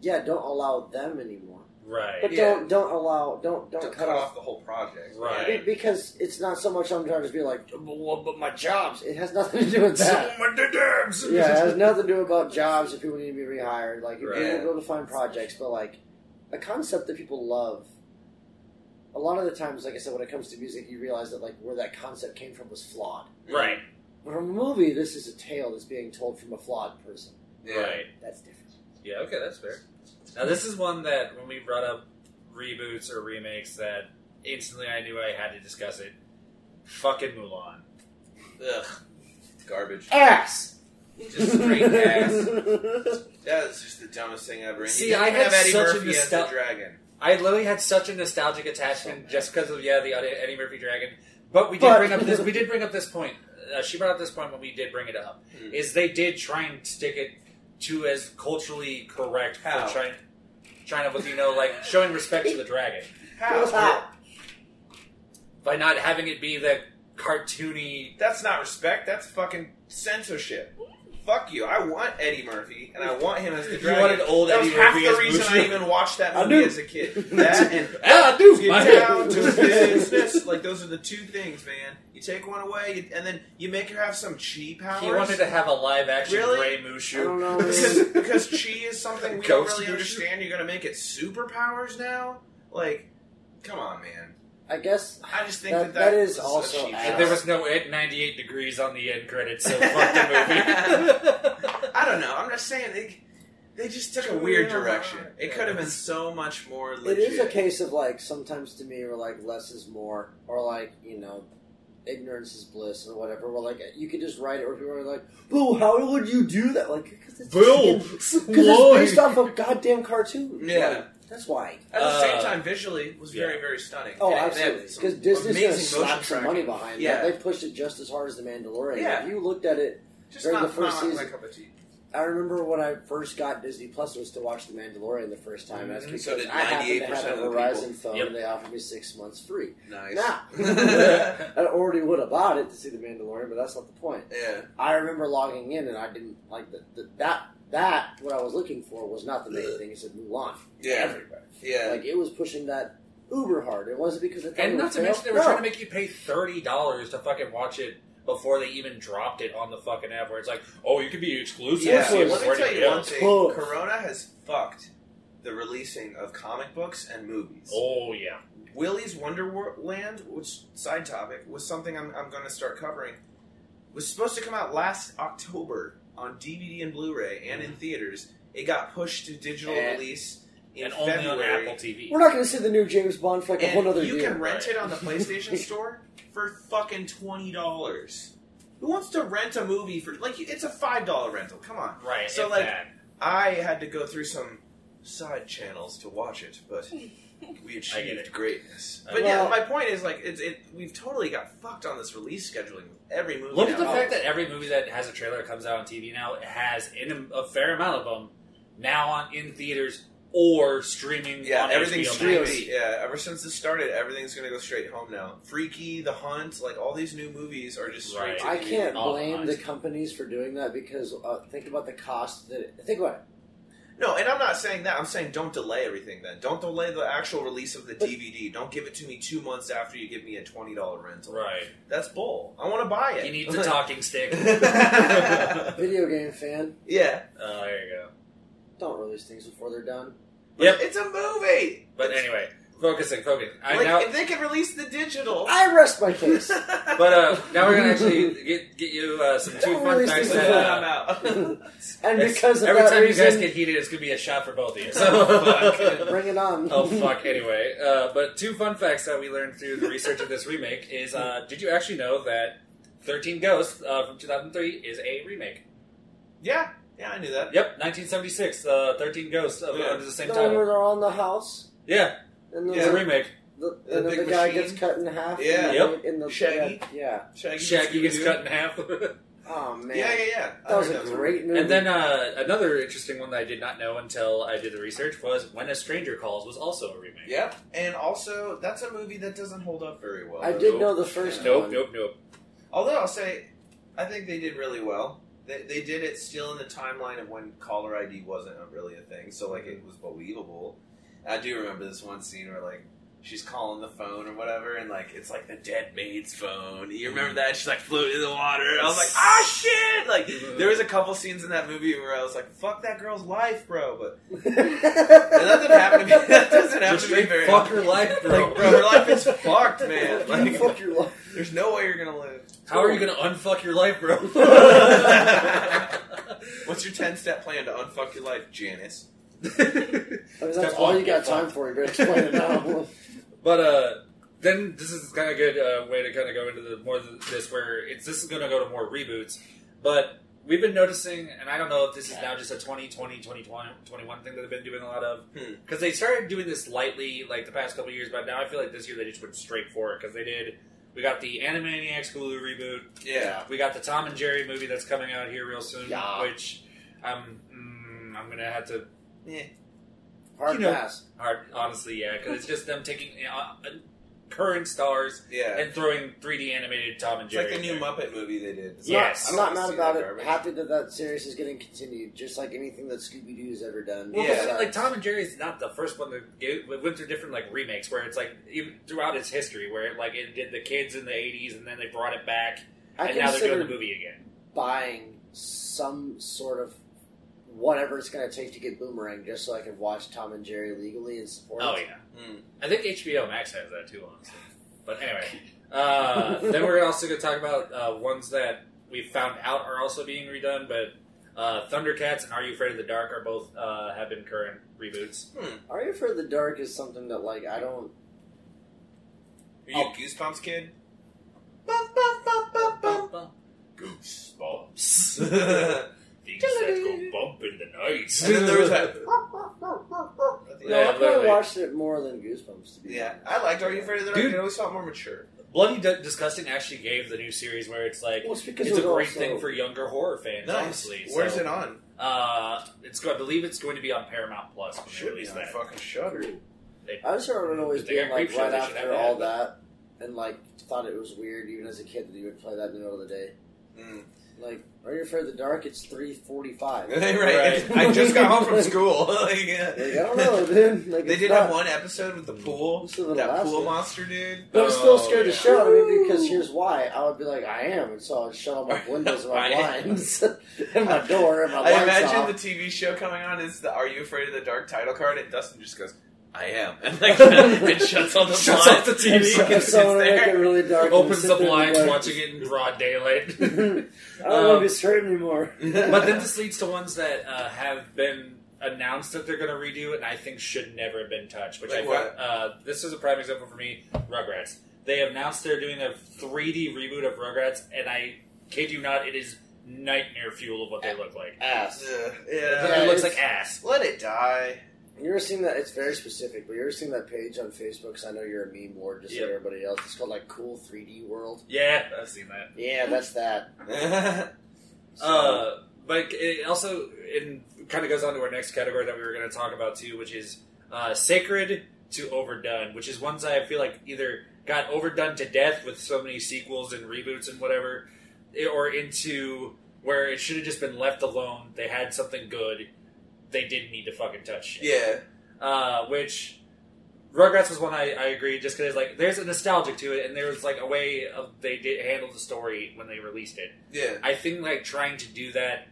yeah don't allow them anymore Right. but Yeah. don't don't allow don't don't to cut off the whole project. Right. Be- because it's not so much I'm trying to be like "Oh, but, what- but my jobs it has nothing to do with that many dams. yeah it has nothing to do about jobs if people need to be rehired like if Right. people go to find projects but like a concept that people love a lot of the times like I said when it comes to music you realize that like where that concept came from was flawed Right. but from a movie this is a tale that's being told from a flawed person Yeah. Right. that's different Yeah, okay, that's fair. Now, this is one that when we brought up reboots or remakes, that instantly I knew I had to discuss it. Fucking Mulan. Ugh, garbage. ass Just straight ass. That is just the dumbest thing ever. And See, you didn't I even had have Eddie such a Murphy as the nostal- dragon. I literally had such a nostalgic Oh, attachment just because of yeah the Eddie Eddie Murphy Dragon. But we did But- bring up this. We did bring up this point. Uh, she brought up this point when we did bring it up. Hmm. Is they did try and stick it to as culturally correct How? for trying, trying to with you know like showing respect to the dragon How? by not having it be the cartoony. That's not respect. That's fucking censorship. Fuck you. I want Eddie Murphy, and I want him as the You dragon. wanted old that Eddie was half Murphy the as reason Mushu. I even watched that I movie do. as a kid. That and Ah, I do. Get My- down to business. Like those are the two things, man. You take one away, you, and then you make her have some chi powers. He wanted to have a live action Really? Grey I don't Mushu. know. because Man. because chi is something we Ghost don't really Mushu. understand. You're gonna make it superpowers now. Like, come on, man. I guess I just think That- that that is was a also ass. chi power. And there was no Ed 98 degrees on the end credits, so fuck the movie. I don't know. I'm just saying they they just took a weird direction. It could have been so much more. it Legit. is a case of like sometimes to me, we're like less is more, or like you know, ignorance is bliss, or whatever. Where like you could just write it, or people are like, "Boo, how would you do that?" Like, because it's Boo! freaking- 'cause it's based off a goddamn cartoon. Yeah. that's why. At the same Uh, time, visually, it was yeah. very very stunning. Oh, And it- they had absolutely. some Because Disney's amazing gonna slap some motion tracking. money behind Yeah. that. They pushed it just as hard as the Mandalorian. Yeah. If you looked at it, Just during not, the first not my season. cup of tea. I remember when I first got Disney Plus was to watch The Mandalorian the first time. That's Mhm. because So did Mm-hmm. I happened to have 98% a of the Verizon people. phone Yep. and they offered me six months free. Nice. Nah. I already would have bought it to see The Mandalorian, but that's not the point. yeah. I remember logging in and I didn't like the, the, that. That what I was looking for was not the main thing. It said Mulan Yeah. everywhere. Yeah. Like it was pushing that uber hard. It wasn't because it And not to mention they were no. trying to make you pay thirty dollars to fucking watch it before they even dropped it on the fucking app. Where it's like, oh, you can be exclusive. yeah. to it Let me already. tell you Yeah. one thing. Tough. Corona has fucked the releasing of comic books and movies. Oh yeah, Willy's Wonderland, which side topic was something I'm, I'm going to start covering, was supposed to come out last October on DVD and Blu-ray and Mm-hmm. in theaters. It got pushed to digital And- release in and only on February. Apple TV. We're not going to see the new James Bond for like a and whole other you year. can rent right. it on the PlayStation Store for fucking twenty dollars. Who wants to rent a movie for like it's a five dollar rental? Come on. Right. So, if like, that. I had to go through some side channels to watch it, but we I get achieved it. greatness. I But get yeah, it. my point is like it's it. We've totally got fucked on this release scheduling with every movie. Look now. at the fact that every movie that has a trailer that comes out on TV now has in a, a fair amount of them now on in theaters or streaming. Yeah, on everything's HBO straight. Max. Yeah, ever since this started, everything's gonna go straight home now. Freaky, The Hunt, like all these new movies are just Right. straight. To I can't Oh, blame nice. the companies for doing that because uh, think about the cost that. It, think about it. No, and I'm not saying that. I'm saying don't delay everything. Then don't delay the actual release of the But- DVD. Don't give it to me two months after you give me a twenty dollar rental. Right. That's bull. I want to buy it. He needs a talking stick. Uh, yeah. Video game fan, Oh, there you go. don't release things before they're done. But Yep. It's a movie. But anyway, focusing, focusing. I like now, if they could release the digital. I rest my case. but uh, now we're gonna actually get get you uh, some two Don't fun release facts. this That, before- uh, I'm out. and it's- because of every that time reason, you guys get heated, it's gonna be a shot for both of you. Oh, So. fuck. bring it on. Oh fuck! Anyway, uh, but two fun facts that we learned through the research of this remake is: uh, Did you actually know that Thirteen Ghosts uh, from 2003 is a remake? yeah. Yeah, I knew that. Yep, 1976. Uh, Thirteen Ghosts of, Yeah. under the same the one title. where they're all in the house, Yeah, and then it's Yeah. a remake. the, The and then the big guy machine. gets cut in half. Yeah. and Yep. they- In the Shaggy. Yeah. Shaggy, Shaggy gets Scooby-Doo. cut in half. Oh man. Yeah, yeah, yeah. I That was heard a great movie. Mm-hmm. And then uh, another interesting one that I did not know until I did the research was When a Stranger Calls was also a remake. Yep. And also, that's a movie that doesn't hold up very well. I did Nope. know the first Nope, one. nope, nope. Although I'll say, I think they did really well. They, they did it still in the timeline of when caller ID wasn't a- really a thing, so like it was believable. I do remember this one scene where like she's calling the phone or whatever, and like it's like the dead maid's phone. You remember that? She's like floating in the water. I was like, ah, shit! Like there was a couple scenes in that movie where I was like, fuck that girl's life, bro. But and that doesn't happen to me. That doesn't happen Just to me straight very fuck often. your life, bro. Like, bro, her life is fucked, man. You Like, fuck your life. there's no way you're gonna live. How are you gonna unfuck your life, bro? What's your 10 step plan to unfuck your life, Janice? I mean, that's Step all one, you get got time fucked. for. You're gonna explain it now. but uh, then this is kind of good uh, way to kind of go into the more of this where it's this is gonna go to more reboots, but. We've been noticing, and I don't know if this is now just a 2020, 2021 21 thing that they've been doing a lot of, Hmm. because they started doing this lightly like the past couple years, but now I feel like this year they just went straight for it because they did. We got the Animaniacs Hulu reboot. Yeah. We got the Tom and Jerry movie that's coming out here real soon, Yeah. which I'm mm, I'm gonna have to Hard You know. pass. hard honestly, yeah, because it's just them taking uh, uh, current stars Yeah. and throwing 3D animated Tom and it's Jerry. like the new in there. Muppet movie they did. It's Yes. like, I'm I not don't wanna mad see about that it. garbage. Happy that that series is getting continued, just like anything that Scooby Doo's ever done. Well, 'cause, Yeah. like Tom and Jerry's not the first one that gave- it went through different like remakes where it's like even throughout its history where like it did the kids in the 80s and then they brought it back uh, I and now they're doing consider the movie again. buying some sort of whatever it's going to take to get Boomerang, just so I can watch Tom and Jerry legally and support. Oh it. yeah, Mm. I think HBO Max has that too, honestly. But anyway, uh, then we're also going to talk about uh, ones that we found out are also being redone. But uh, Thundercats and Are You Afraid of the Dark are both uh, have been current reboots. Are you afraid of the dark? Is something that like I don't. Are you Oh. a Goosebumps kid? Goosebumps. Things that bump in the night. and then there was that. No, Yeah, I probably literally. watched it more than Goosebumps. To be Yeah, honest. I liked Are You Afraid of the Dark? Dude. It always felt more mature. Bloody D- Disgusting actually gave the new series where it's like Well, it's because it's it a was great also- thing for younger horror fans. Honestly, Where's so, it on? Uh, it's go- I believe it's going to be on Paramount Plus when they Should be release on that. fucking Shudder. I just remember always If they being got like Creepshow, right they should have after that, all but- that, and like thought it was weird even as a kid that you would play that in the middle of the day. Mm. Like, are you afraid of the dark? It's three forty-five. right. Right. I just got home from school. Like, yeah. Like, I don't know, dude. Like, They it's did not, have one episode with the Hmm. pool. It's a little That acid. pool monster dude. But I'm still Oh, scared yeah. to show it. I mean, Ooh. because here's why. I would be like, I am. And so I'd shut all my windows and my I am. blinds and my door and my lights I imagine off. the TV show coming on is the "Are You Afraid of the Dark" title card, and Dustin just goes, "I am," and like it shuts on the Shuts blinds. off the and TV. he So- can- if someone would sits make it there. really dark and opens sit the there and blinds, be like, watching it in broad daylight. I don't want to Um, be scared anymore. but then this leads to ones that uh, have been announced that they're going to redo, and I think should never have been touched. Which Like I what? found, uh, this is a prime example for me. Rugrats. They announced they're doing a 3D reboot of Rugrats, and I kid you not, it is nightmare fuel of what they look like. Ass. Ugh, Yeah, it yeah. looks it's- like ass. Let it die. You ever seen that? It's very specific, but you ever seen that page on Facebook? Because I know you're a meme board, just Yep. like everybody else. It's called like Cool 3D World. Yeah, I've seen that. Yeah, that's that. yeah, So, Uh, But it also it kind of goes on to our next category that we were going to talk about too, which is uh, sacred to overdone, which is ones I feel like either got overdone to death with so many sequels and reboots and whatever, i- or into where it should have just been left alone. They had something good. They didn't need to fucking touch shit Yeah, uh, which Rugrats was one I, I agree just because like there's a nostalgic to it and there was like a way of they did handle the story when they released it. yeah, I think like trying to do that,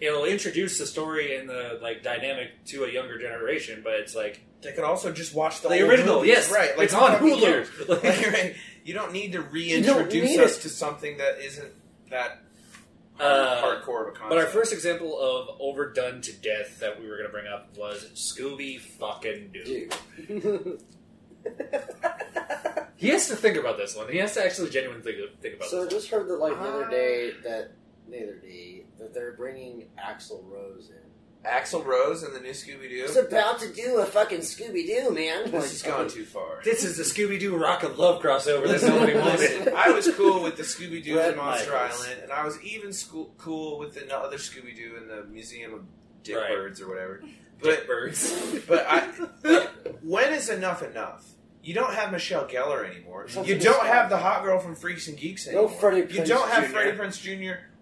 it'll introduce the story and the like dynamic to a younger generation, but it's like they could also just watch the, the, old original, movies, yes, right? Like it's on fucking Hulu. Like, Like, right, you don't need to You don't reintroduce need us it. to something that isn't that Uh, hardcore of a concept. But our first example of overdone to death that we were going to bring up was Scooby fucking Doo. Dude. He has to think about this one. He has to actually genuinely think, think about so I this. just heard that like the other day that the other day that they're bringing Axl Rose in. Axel Rose and the new Scooby He's Doo. about to do a fucking Scooby Doo, man. This is Like, going too far. This is the Scooby Doo Rock and Love crossover that Listen, nobody wanted. listen, I was cool with the Scooby Doo Red and Monster Michaels. Island, and I was even school, cool with the other Scooby Doo in the Museum of Dick Right. Birds or whatever. But birds. But I, when is enough enough? You don't have Michelle Geller anymore. Something you is don't wrong. have the hot girl from Freaks and Geeks No anymore. Freddie you Prinze don't have Jr.. Freddie Prince Jr.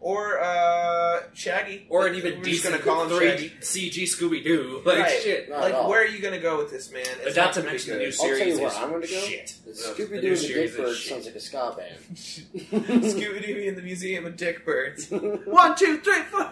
or uh, Shaggy, or an even We're just decent gonna call him three Shaggy. CG Scooby Doo. Like Right. shit. Not at Like, all. where are you going to go with this man? But not not to gonna be mention the good. new I'll tell series. you where is I'm gonna go. Shit. The The Scooby new Doo and the series Dick is Birds shit. sounds like a ska band. Scooby Doo and the Museum of Dick Birds. One, two, three, four.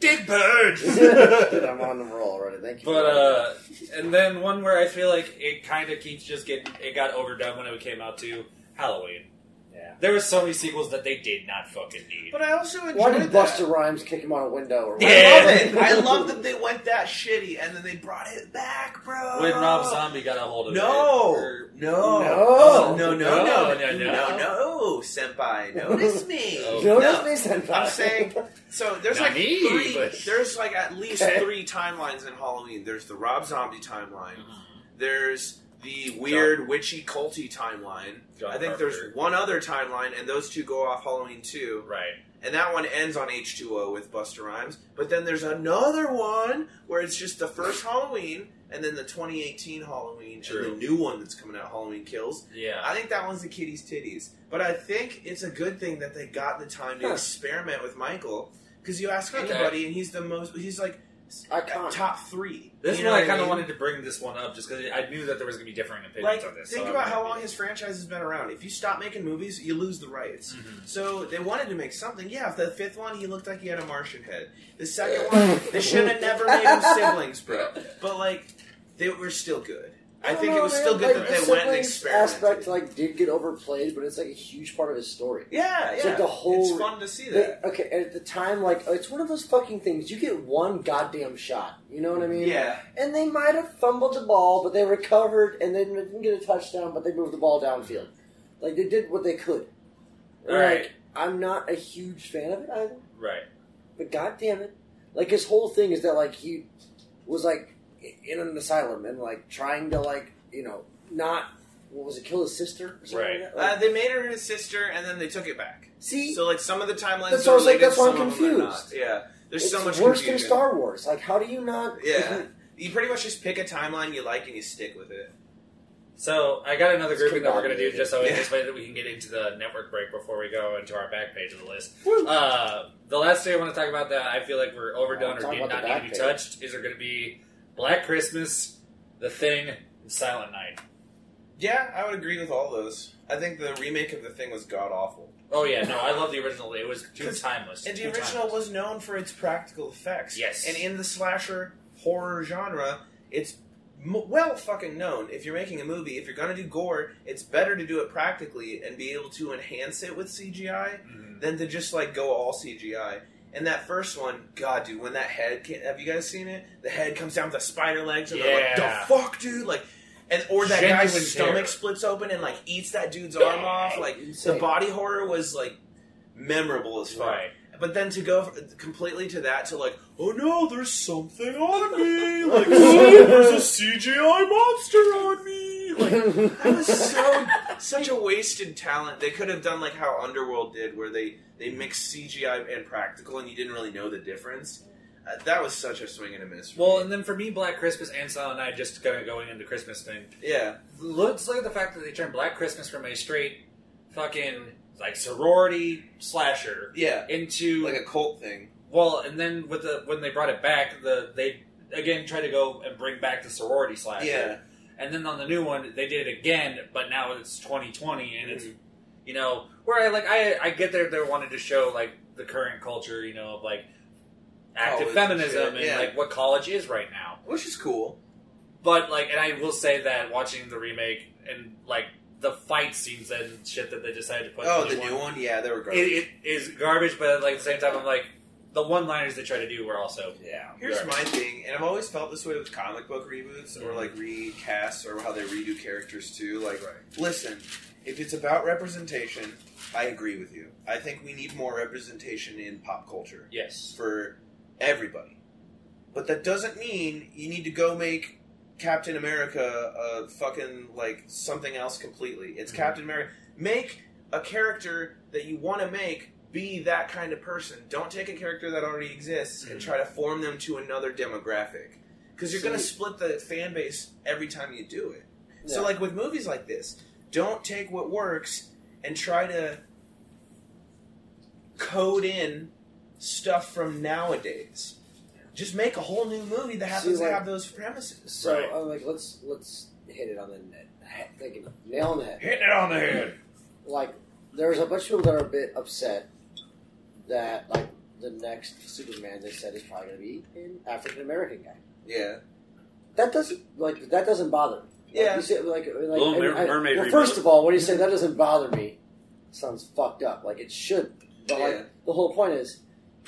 Dick birds. Dude, I'm on the roll already. Thank you. But uh, and then one where I feel like it kind of keeps just getting it got overdone when it came out to Halloween. Yeah. There were so many sequels that they did not fucking need. but I also enjoyed why did that. Buster Rhymes kick him out a window? Or I Yeah. love it. I love that they went that shitty and then they brought it back, bro. when Rob Zombie got a hold of Uh, No. it, or- No. No. No, no, no, No, no, no, no, no, senpai. Notice me. Oh. No, No. that's me, Senpai. I'm saying- So there's Not like me, three, but- there's like at least Okay. three timelines in Halloween. There's the Rob Zombie timeline. Mm. There's the weird witchy culty timeline. John I think Carpenter. there's one other timeline, and those two go off Halloween too. right. And that one ends on H2O with Buster Rhymes. But then there's another one where it's just the first Halloween and then the 2018 Halloween True. and the new one that's coming out, Halloween Kills. Yeah. I think that one's the kitty's titties. But I think it's a good thing that they got the time to Huh. experiment with Michael. Because you ask Okay. anybody, and he's the most, he's like I can't. top three. This You is know why I what kind of mean? wanted to bring this one up just because I knew that there was going to be different opinions Like, on this. think so uh, about I'm- how long his franchise has been around. If you stop making movies, you lose the rights. Mhm. So they wanted to make something. Yeah, if the fifth one, he looked like he had a Martian head. The second one, they should have never made him siblings, bro. But like, they were still good. I, don't think know, it was Oh, man. still good Like, that the they went and siblings experimented. Aspect like did get overplayed, but it's like a huge part of his story. Uh, yeah, yeah. It's like the whole- It's fun to see They- that. okay, at the time, like it's one of those fucking things. You get one goddamn shot. You know what I mean? Yeah, And they might have fumbled the ball, but they recovered and they didn't get a touchdown, but they moved the ball downfield. Like they did what they could. All right. Like, I'm not a huge fan of it either, Right. but goddamn it, like his whole thing is that like he was like in an asylum and like trying to like you know not what was it kill his sister or something Right. like that? Like, uh, they made her his sister, and then they took it back. see, So like some of the timelines. That's are what I was like, related, that's why I'm some of them are confused. not. Yeah, there's it's so much worse confusion. than Star Wars. Like, how do you not? Yeah, you pretty much just pick a timeline you like and you stick with it. So I got another It's grouping that we're going to do complicated. just so Yeah. this way that we can get into the network break before we go into our back page of the list. Woo. Uh, the last thing I want to talk about that I feel like we're overdone I'll or talk did not about the need to back be page. touched is are going to be Black Christmas, The Thing, and Silent Night. Yeah, I would agree with all those. I think the remake of the thing was god awful. Oh yeah, no, I love the original. It was too 'Cause- timeless. And the Too original timeless. was known for its practical effects. Yes. And in the slasher horror genre, it's m- well fucking known. If you're making a movie, if you're going to do gore, it's better to do it practically and be able to enhance it with CGI Mhm. than to just like go all CGI. And that first one, God, dude, when that head came, have you guys seen it? The head comes down with the spider legs, and they're Yeah. like, "The fuck, dude!" Like, and or that Genuine guy's stomach terror. splits open and like eats that dude's arm off. Like, the Insane. body horror was like memorable as fuck. Right. But then to go f- completely to that to like, oh no, there's something on me. Like there's a CGI monster on me. knew like that was so such a wasted talent. They could have done like how Underworld did, where they they mixed CGI and practical, and you didn't really know the difference. Uh, that was such a swing and a miss. for Well, me. and then for me, Black Christmas and Silent Night just kind of going into Christmas thing. yeah, Let's look at the fact that they turned Black Christmas from a straight fucking like sorority slasher yeah, into like a cult thing. well, and then with the when they brought it back, the they again tried to go and bring back the sorority slasher. Yeah, And then on the new one, they did it again, but now it's 2020, and Mm-hmm. it's you know where I like I I get there. They wanted to show like the current culture, you know, of like active College and feminism shit, and yeah. like what college is right now. which is cool. But like, and I will say that watching the remake and like the fight scenes and shit that they decided to put. Oh, in the new one. Yeah, they were It, garbage. it is garbage, but like at the same time, I'm like the one-liners they try to do were also yeah. Here's garbage. my thing, and I've always felt this way with comic book reboots or like recasts or how they redo characters too. Like, listen, if it's about representation, I agree with you. I think we need more representation in pop culture yes. for everybody. But that doesn't mean you need to go make Captain America a fucking like something else completely. It's Mhm. Captain America. Make a character that you want to make be that kind of person. Don't take a character that already exists and Mhm. try to form them to another demographic. Because you're going to See- split the fan base every time you do it. So, Yeah. like with movies like this, don't take what works and try to code in stuff from nowadays. Just make a whole new movie that happens See, like- to have those premises. So Right. I'm like, let's let's hit it on the net, like nail on the head. Hitting it on the head. Like there's a bunch of people that are a bit upset that like the next Superman they said is probably going to be an African American guy. Yeah. That doesn't like that doesn't bother me. Like, Yeah. you say, like, like Little Mer- Mermaid well, reboot. first of all, when you say that doesn't bother me, it sounds fucked up. Like it should, but Yeah. like the whole point is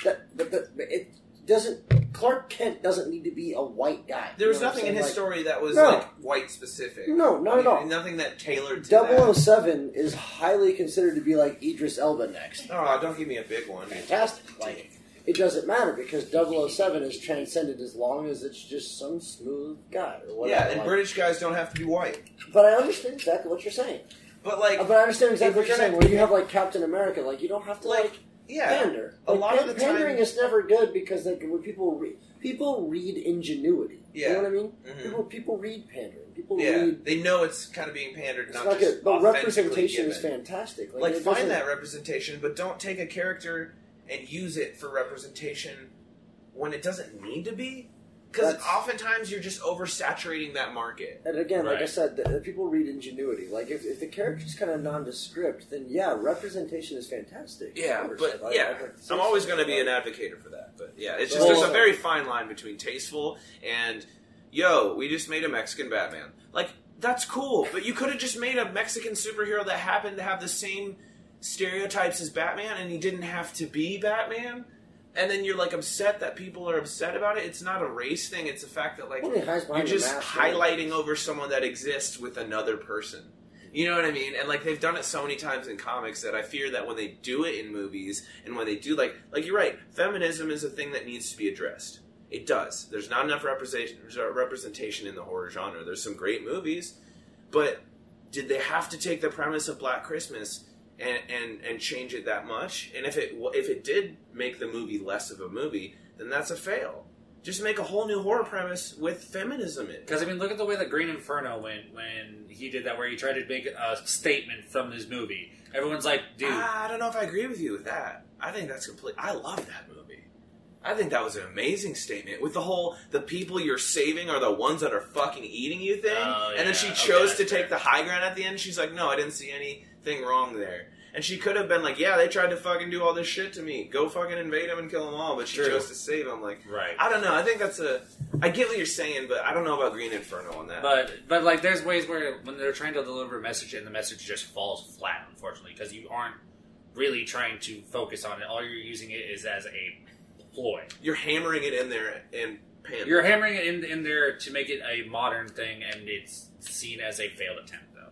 that, that, that it doesn't. Clark Kent doesn't need to be a white guy. There was You know what nothing I'm in his saying? story that was No. like white specific. Like, no, not at all. Nothing that tailored to that. 007 is highly considered to be like Idris Elba next. Oh, don't give me a big one. Fantastic. Like, it doesn't matter because 007 is transcended as long as it's just some smooth guy or whatever. Yeah, and like- British guys don't have to be white. but I understand exactly what you're saying. But like, But I understand if exactly what you're you're saying. gonna- When you have like Captain America, like you don't have to like, like, yeah, pander. a Like, lot of pan- the time- pandering is never good because like when people read, people read ingenuity. Yeah. You know what I mean? Mhm. People people read pandering. People yeah. read. They know it's kind of being pandered, It's not, not just good, but authentically representation is given. fantastic. Like, like it find doesn't- that representation, but don't take a character and use it for representation when it doesn't need to be. Because That's- oftentimes you're just oversaturating that market. And again, like I Right. said, the, the people read ingenuity. Like if, if the character's kind of nondescript, then yeah, representation is fantastic. Yeah, 100%. but Like, yeah, like, it's- I'm always going to be an like, advocate for that. But yeah, it's just Well- there's a very fine line between tasteful and yo, we just made a Mexican Batman. Like that's cool, but you could have just made a Mexican superhero that happened to have the same stereotypes as Batman, and he didn't have to be Batman. And then you're like upset that people are upset about it. It's not a race thing. It's the fact that like Well, he hides you're behind the just mask, right? highlighting over someone that exists with another person. You know what I mean? And like they've done it so many times in comics that I fear that when they do it in movies and when they do like like you're right, feminism is a thing that needs to be addressed. It does. There's not enough representation representation in the horror genre. There's some great movies, but did they have to take the premise of Black Christmas and and and change it that much? And if it if it did make the movie less of a movie, then that's a fail. Just make a whole new horror premise with feminism in. it. Because I mean, look at the way that Green Inferno went when he did that, where he tried to make a statement from his movie. Everyone's like, "Dude, I don't know if I agree with you with that. I think that's complete. I love that movie. I think that was an amazing statement with the whole "the people you're saving are the ones that are fucking eating you" thing. Oh, and then yeah. she Okay, chose to that's take fair. the high ground at the end. She's like, "No, I didn't see anything wrong there." And she could have been like, "Yeah, they tried to fucking do all this shit to me. Go fucking invade them and kill them all." But she True. chose to save them. Like, right." I don't know. I think that's a. I get what you're saying, but I don't know about Green Inferno on that. But but like, there's ways where when they're trying to deliver a message and the message just falls flat, unfortunately, because you aren't really trying to focus on it. All you're using it is as a ploy. you're hammering it in there and pan. You're hammering it in in there to make it a modern thing, and it's seen as a failed attempt, though.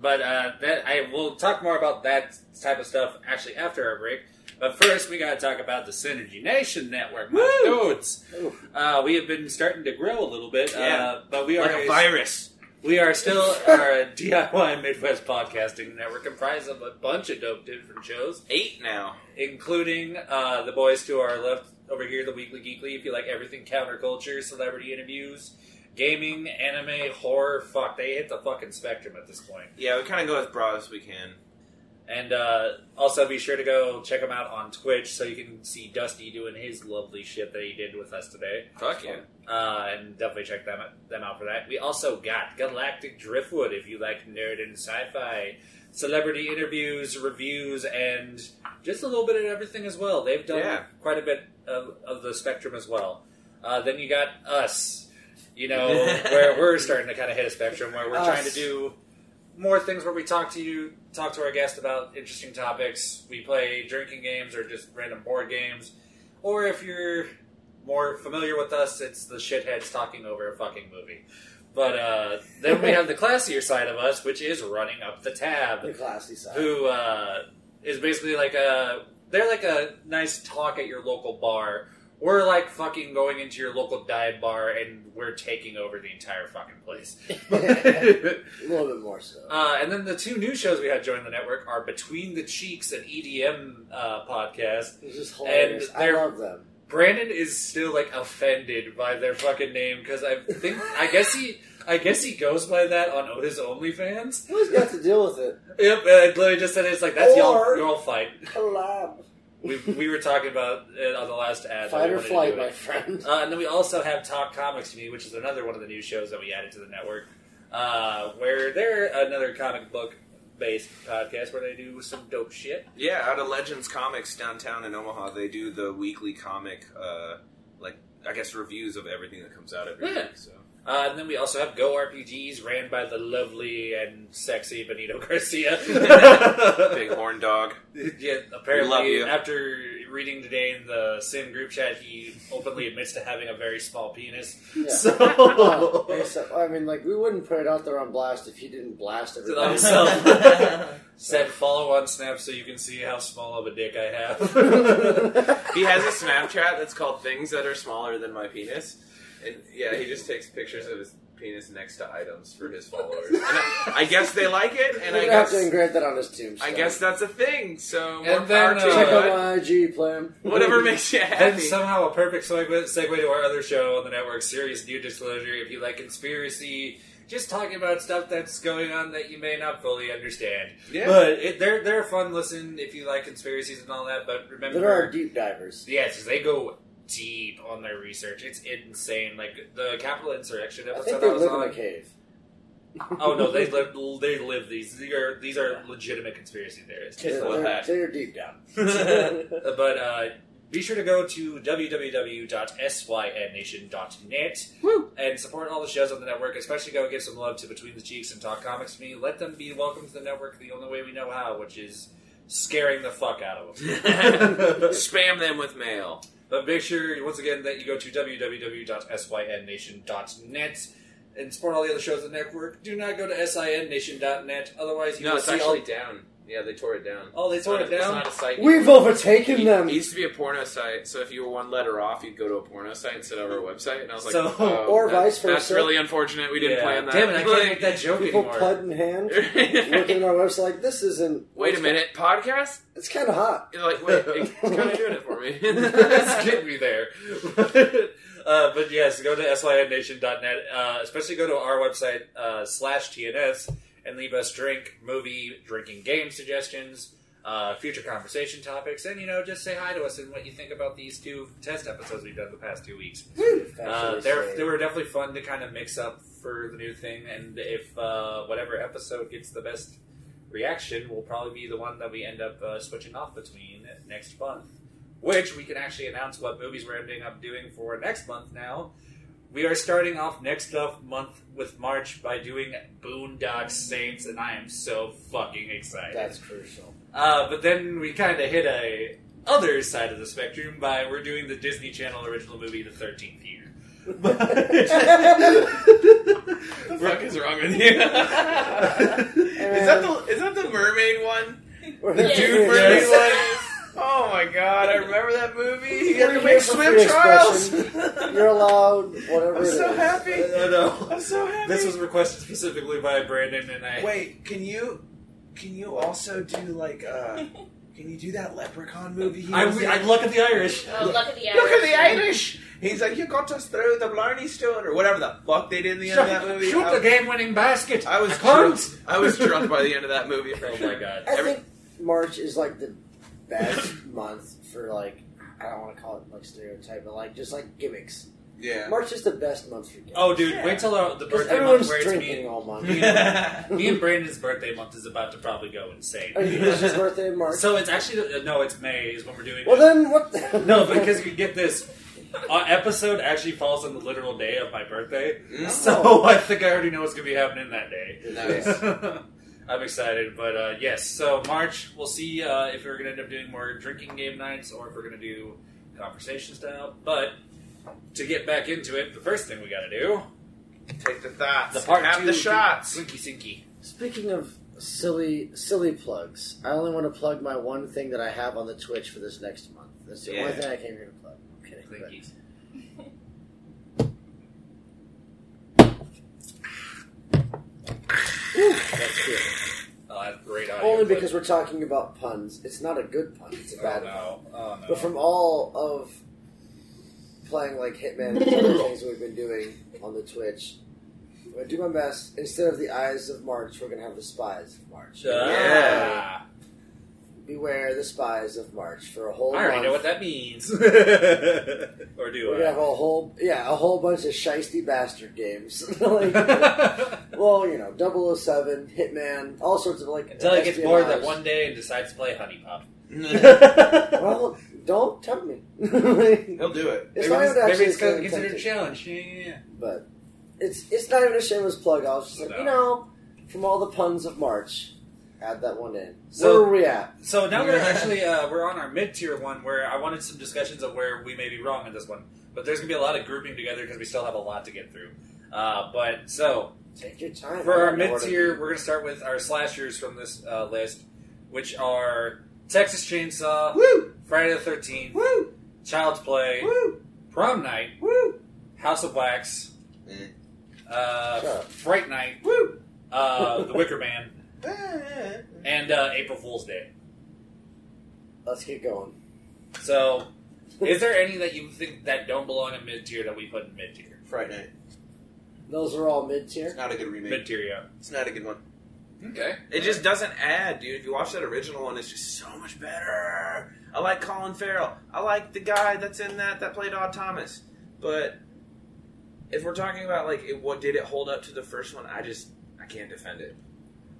But uh, that I will talk more about that type of stuff actually after our break. But first, we got to talk about the Synergy Nation Network, my dudes. Ooh. Uh, we have been starting to grow a little bit, Yeah. uh, but we are like a virus. We are still our DIY Midwest Podcasting Network, comprised of a bunch of dope different shows, Eight now. including uh, the boys to our left over here, the Weekly Geekly. If you like everything counterculture, celebrity interviews, gaming, anime, horror, fuck, they hit the fucking spectrum at this point. Yeah, we kind of go as broad as we can. And uh, also be sure to go check them out on Twitch so you can see Dusty doing his lovely shit that he did with us today. Fuck yeah. Uh, and definitely check them, them out for that. We also got Galactic Driftwood if you like nerd and sci fi, celebrity interviews, reviews, and just a little bit of everything as well. They've done Yeah. quite a bit of, of the spectrum as well. Uh, then you got us, you know, where we're starting to kind of hit a spectrum where we're trying to Us. do more things where we talk to you, talk to our guests about interesting topics. We play drinking games or just random board games. Or if you're more familiar with us, it's the shitheads talking over a fucking movie. But uh, then we have the classier side of us, which is running up the The tab, classy side. who uh, is basically like a they're like a nice talk at your local bar. We're like fucking going into your local dive bar and we're taking over the entire fucking place. a little bit more so. Uh, and then the two new shows we had join the network are Between the Cheeks and EDM uh, podcast. It's just hilarious. I they're- love them. Brandon is still like offended by their fucking name because I think I guess he I guess he goes by that on his OnlyFans. Who's got to deal with it? Yep, and I literally just said it's like that's y'all Or- y'all fight. Collab. We we were talking about it on the last ad. that Fight we or wanted to flight, do it. my friend. Uh, and then we also have Talk Comics to Me, which is another one of the new shows that we added to the network, uh, where they're another comic book based podcast where they do some dope shit. Yeah, out of Legends Comics downtown in Omaha, they do the weekly comic, uh, like, I guess, reviews of everything that comes out every Yeah. week. So. Uh, and then we also have Go RPGs, ran by the lovely and sexy Benito Garcia. Big horn dog. yeah, love apparently you. after reading today in the Sim group chat, he openly admits to having a very small penis. Yeah. Oh. So Except- I mean, like, we wouldn't put it out there on blast if he didn't blast on everybody. himself. Said follow on Snap so you can see how small of a dick I have. He has a Snapchat that's called "Things That Are Smaller Than My Penis," and yeah, he just takes pictures of his penis next to items for his followers. And I, I guess they like it, and We're I gonna have guess to engrave that on his tombstone. I guess that's a thing. So more And then, power to uh, you, Check out bud. my IG, plan. whatever makes you and happy. somehow a perfect segue, segue to our other show on the network, Serious New Disclosure. If you like conspiracy, just talking about stuff that's going on that you may not fully understand. Yeah. But it, they're they're a fun listen if you like conspiracies and all that. But remember, There are deep divers. Yes, 'cause they go deep on their research. It's insane. Like the Capitol insurrection I episode think I, they was live in a on. cave. Oh no, they live. They live these. These are these are legitimate conspiracy theories. They're, love they're- that. they're deep down. Uh, but uh, be sure to go to www.synnation.net and support all the shows on the network. Especially go give some love to Between the Cheeks and Talk Comics to Me. Let them be welcome to the network the only way we know how, which is scaring the fuck out of them. Spam them with mail. But make sure, once again, that you go to www.synnation.net and support all the other shows on the network. Do not go to sinnation.net, otherwise you No, will it's see actually down. Yeah, they tore it down. all... Oh, they tore it It's down? not a site. We've overtaken It them. used to be a porno site, so if you were one letter off, you'd go to a porno site instead of our website. And I was like, So- oh, or that- vice That's versa. really unfortunate. We didn't Yeah. plan that. Damn it, I can't Like- make that joke People anymore. pud in hand, looking at our website like, this isn't... Wait a minute, podcast? It's kind of hot. You're like, wait, it's kind of doing it for me. Let's get me there. uh, but yes, go to synnation.net, uh, especially go to our website uh, slash TNS and leave us drink, movie, drinking game suggestions, uh, future conversation topics, and you know, just say hi to us and what you think about these two test episodes we've done the past two weeks. Uh, they're, they were definitely fun to kind of mix up for the new thing, and if uh, whatever episode gets the best reaction will probably be the one that we end up uh, switching off between next month, which we can actually announce what movies we're ending up doing for next month now. We are starting off next up month with March by doing Boondock Saints, and I am so fucking excited. That's crucial. Uh, but then we kind of hit a other side of the spectrum by we're doing the Disney Channel original movie The Thirteenth Year. what the fuck is wrong with you? is that the is that the mermaid one? We're The here dude for mermaid this. one? Oh my god, I remember that movie. He We're had to here make for swim free trials. You're allowed whatever I'm it so is. happy. I know. I'm so happy. This was requested specifically by Brandon, and I. Wait, can you can you also do like uh can you do that leprechaun movie? He I, was in? I look at the Irish. Oh, look at the Look at the Irish. Irish. He's like, you got us through the Blarney Stone or whatever the fuck they did in the end of that movie. shoot the I, game-winning basket. I was drunk. Hans! I was drunk by the end of that movie. For Oh sure. my god. I Every- think March is like the best month for like I don't want to call it like stereotype, but like just like gimmicks. Yeah. March is the best month for gimmicks. Oh, dude, Yeah. wait till the, the birthday 'Cause month everyone's where it's drinking me. all month. me yeah. Me and Brandon's birthday month is about to probably go insane. Are you it's his birthday in March? So it's actually uh, no, it's May is when we're doing. well it. then, what? The- no, because you get this. Our episode actually falls on the literal day of my birthday, Oh. so I think I already know what's gonna be happening that day. Nice. I'm excited, but uh, yes. So March, we'll see uh, if we're gonna end up doing more drinking game nights or if we're gonna do conversation style. But to get back into it, the first thing we gotta do Take the thoughts. the part Have two the shots. Slinky sinky. Speaking of silly, silly plugs, I only want to plug my one thing that I have on the Twitch for this next month. That's the only Yeah. thing I came here to plug. I'm kidding. but- Slinkies. That's good. Oh, that's great audio. Only but- because we're talking about puns. It's not a good pun. It's a oh bad pun. no, oh no. But from all of playing like Hitman and other things we've been doing on the Twitch, I'm gonna do my best. Instead of the eyes of March, we're gonna have the spies of March. Yeah. Beware the spies of March for a whole. I already month. know what that means. or do We're gonna have a whole, yeah, a whole bunch of shisty bastard games. like, well, you know, 007, Hitman, all sorts of like. Until he gets bored espionage. that one day and decides to play Honey Pop. Well, don't tempt me. Like, He'll do it. maybe it's not it's, even actually maybe it's so considered a tempting. challenge. Yeah, yeah, yeah. but it's it's not even a shameless plug. I was just like, No. you know, from all the puns of March, add that one in. So- Where are we at? So now we're actually uh, we're on our mid tier one where I wanted some discussions of where we may be wrong in this one, but there's gonna be a lot of grouping together because we still have a lot to get through. Uh, but so Take your time. For our I don't know mid what to tier, do. we're going to start with our slashers from this uh, list, which are Texas Chainsaw, Woo! Friday the 13th, Woo! Child's Play, Woo! Prom Night, Woo! House of Wax, Eh. Mm. uh, Sure. Fright Night, Woo! uh, The Wicker Man, Eh, Ah. and uh, April Fool's Day. Let's get going. So, is there any that you think that don't belong in mid tier that we put in mid tier? Fright Night. Those are all mid It's tier. not a good remake. Mid tier, yeah. It's not a good one. Okay. It just doesn't add, dude. If you watch that original one, it's just so much better. I like Colin Farrell. I like the guy that's in that that played Odd Thomas. But if we're talking about like it, what did it hold up to the first one, I just I can't defend it.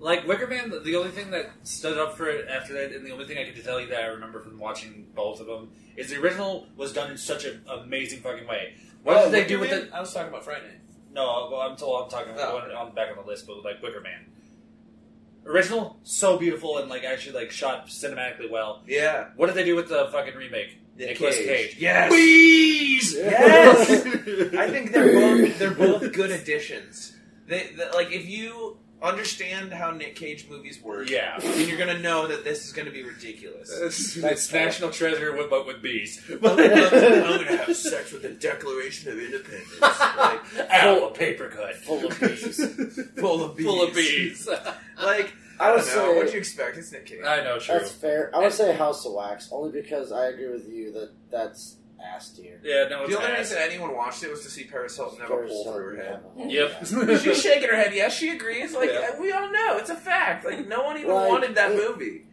Like Wicker Man, the- the only thing that stood up for it after that, and the only thing I could tell you that I remember from watching both of them is the original was done in such an amazing fucking way. Oh, What did they do with it? I was talking about Friday. No, well, I'm told I'm talking about Oh, one on the back of the list, but like Wicker Man, original so beautiful and like actually like shot cinematically well. Yeah, What did they do with the fucking remake? Nicolas Cage. Yes, Please, Yes! I think they're both they're both good additions. They, they like if you understand how Nick Cage movies work, Yeah. then you're gonna know that this is gonna be ridiculous. It's, it's National Treasure, with- but with bees. I'm gonna, I'm gonna have sex with the Declaration of Independence, like Ow, a paper cut. Full of bees. full of bees. Full of bees. Like I I would don't know. say What'd you expect? It's Nick Cage. I know, true. that's fair. I would say House of Wax only because I agree with you that that's ass tier. Yeah, no, it's the only ass. reason anyone watched it was to see Paris Hilton have a First hole time through her head. ever. Yep. She's shaking her head. Yes, she agrees. Like Yeah. we all know, it's a fact. Like no one even Like, wanted that it- movie,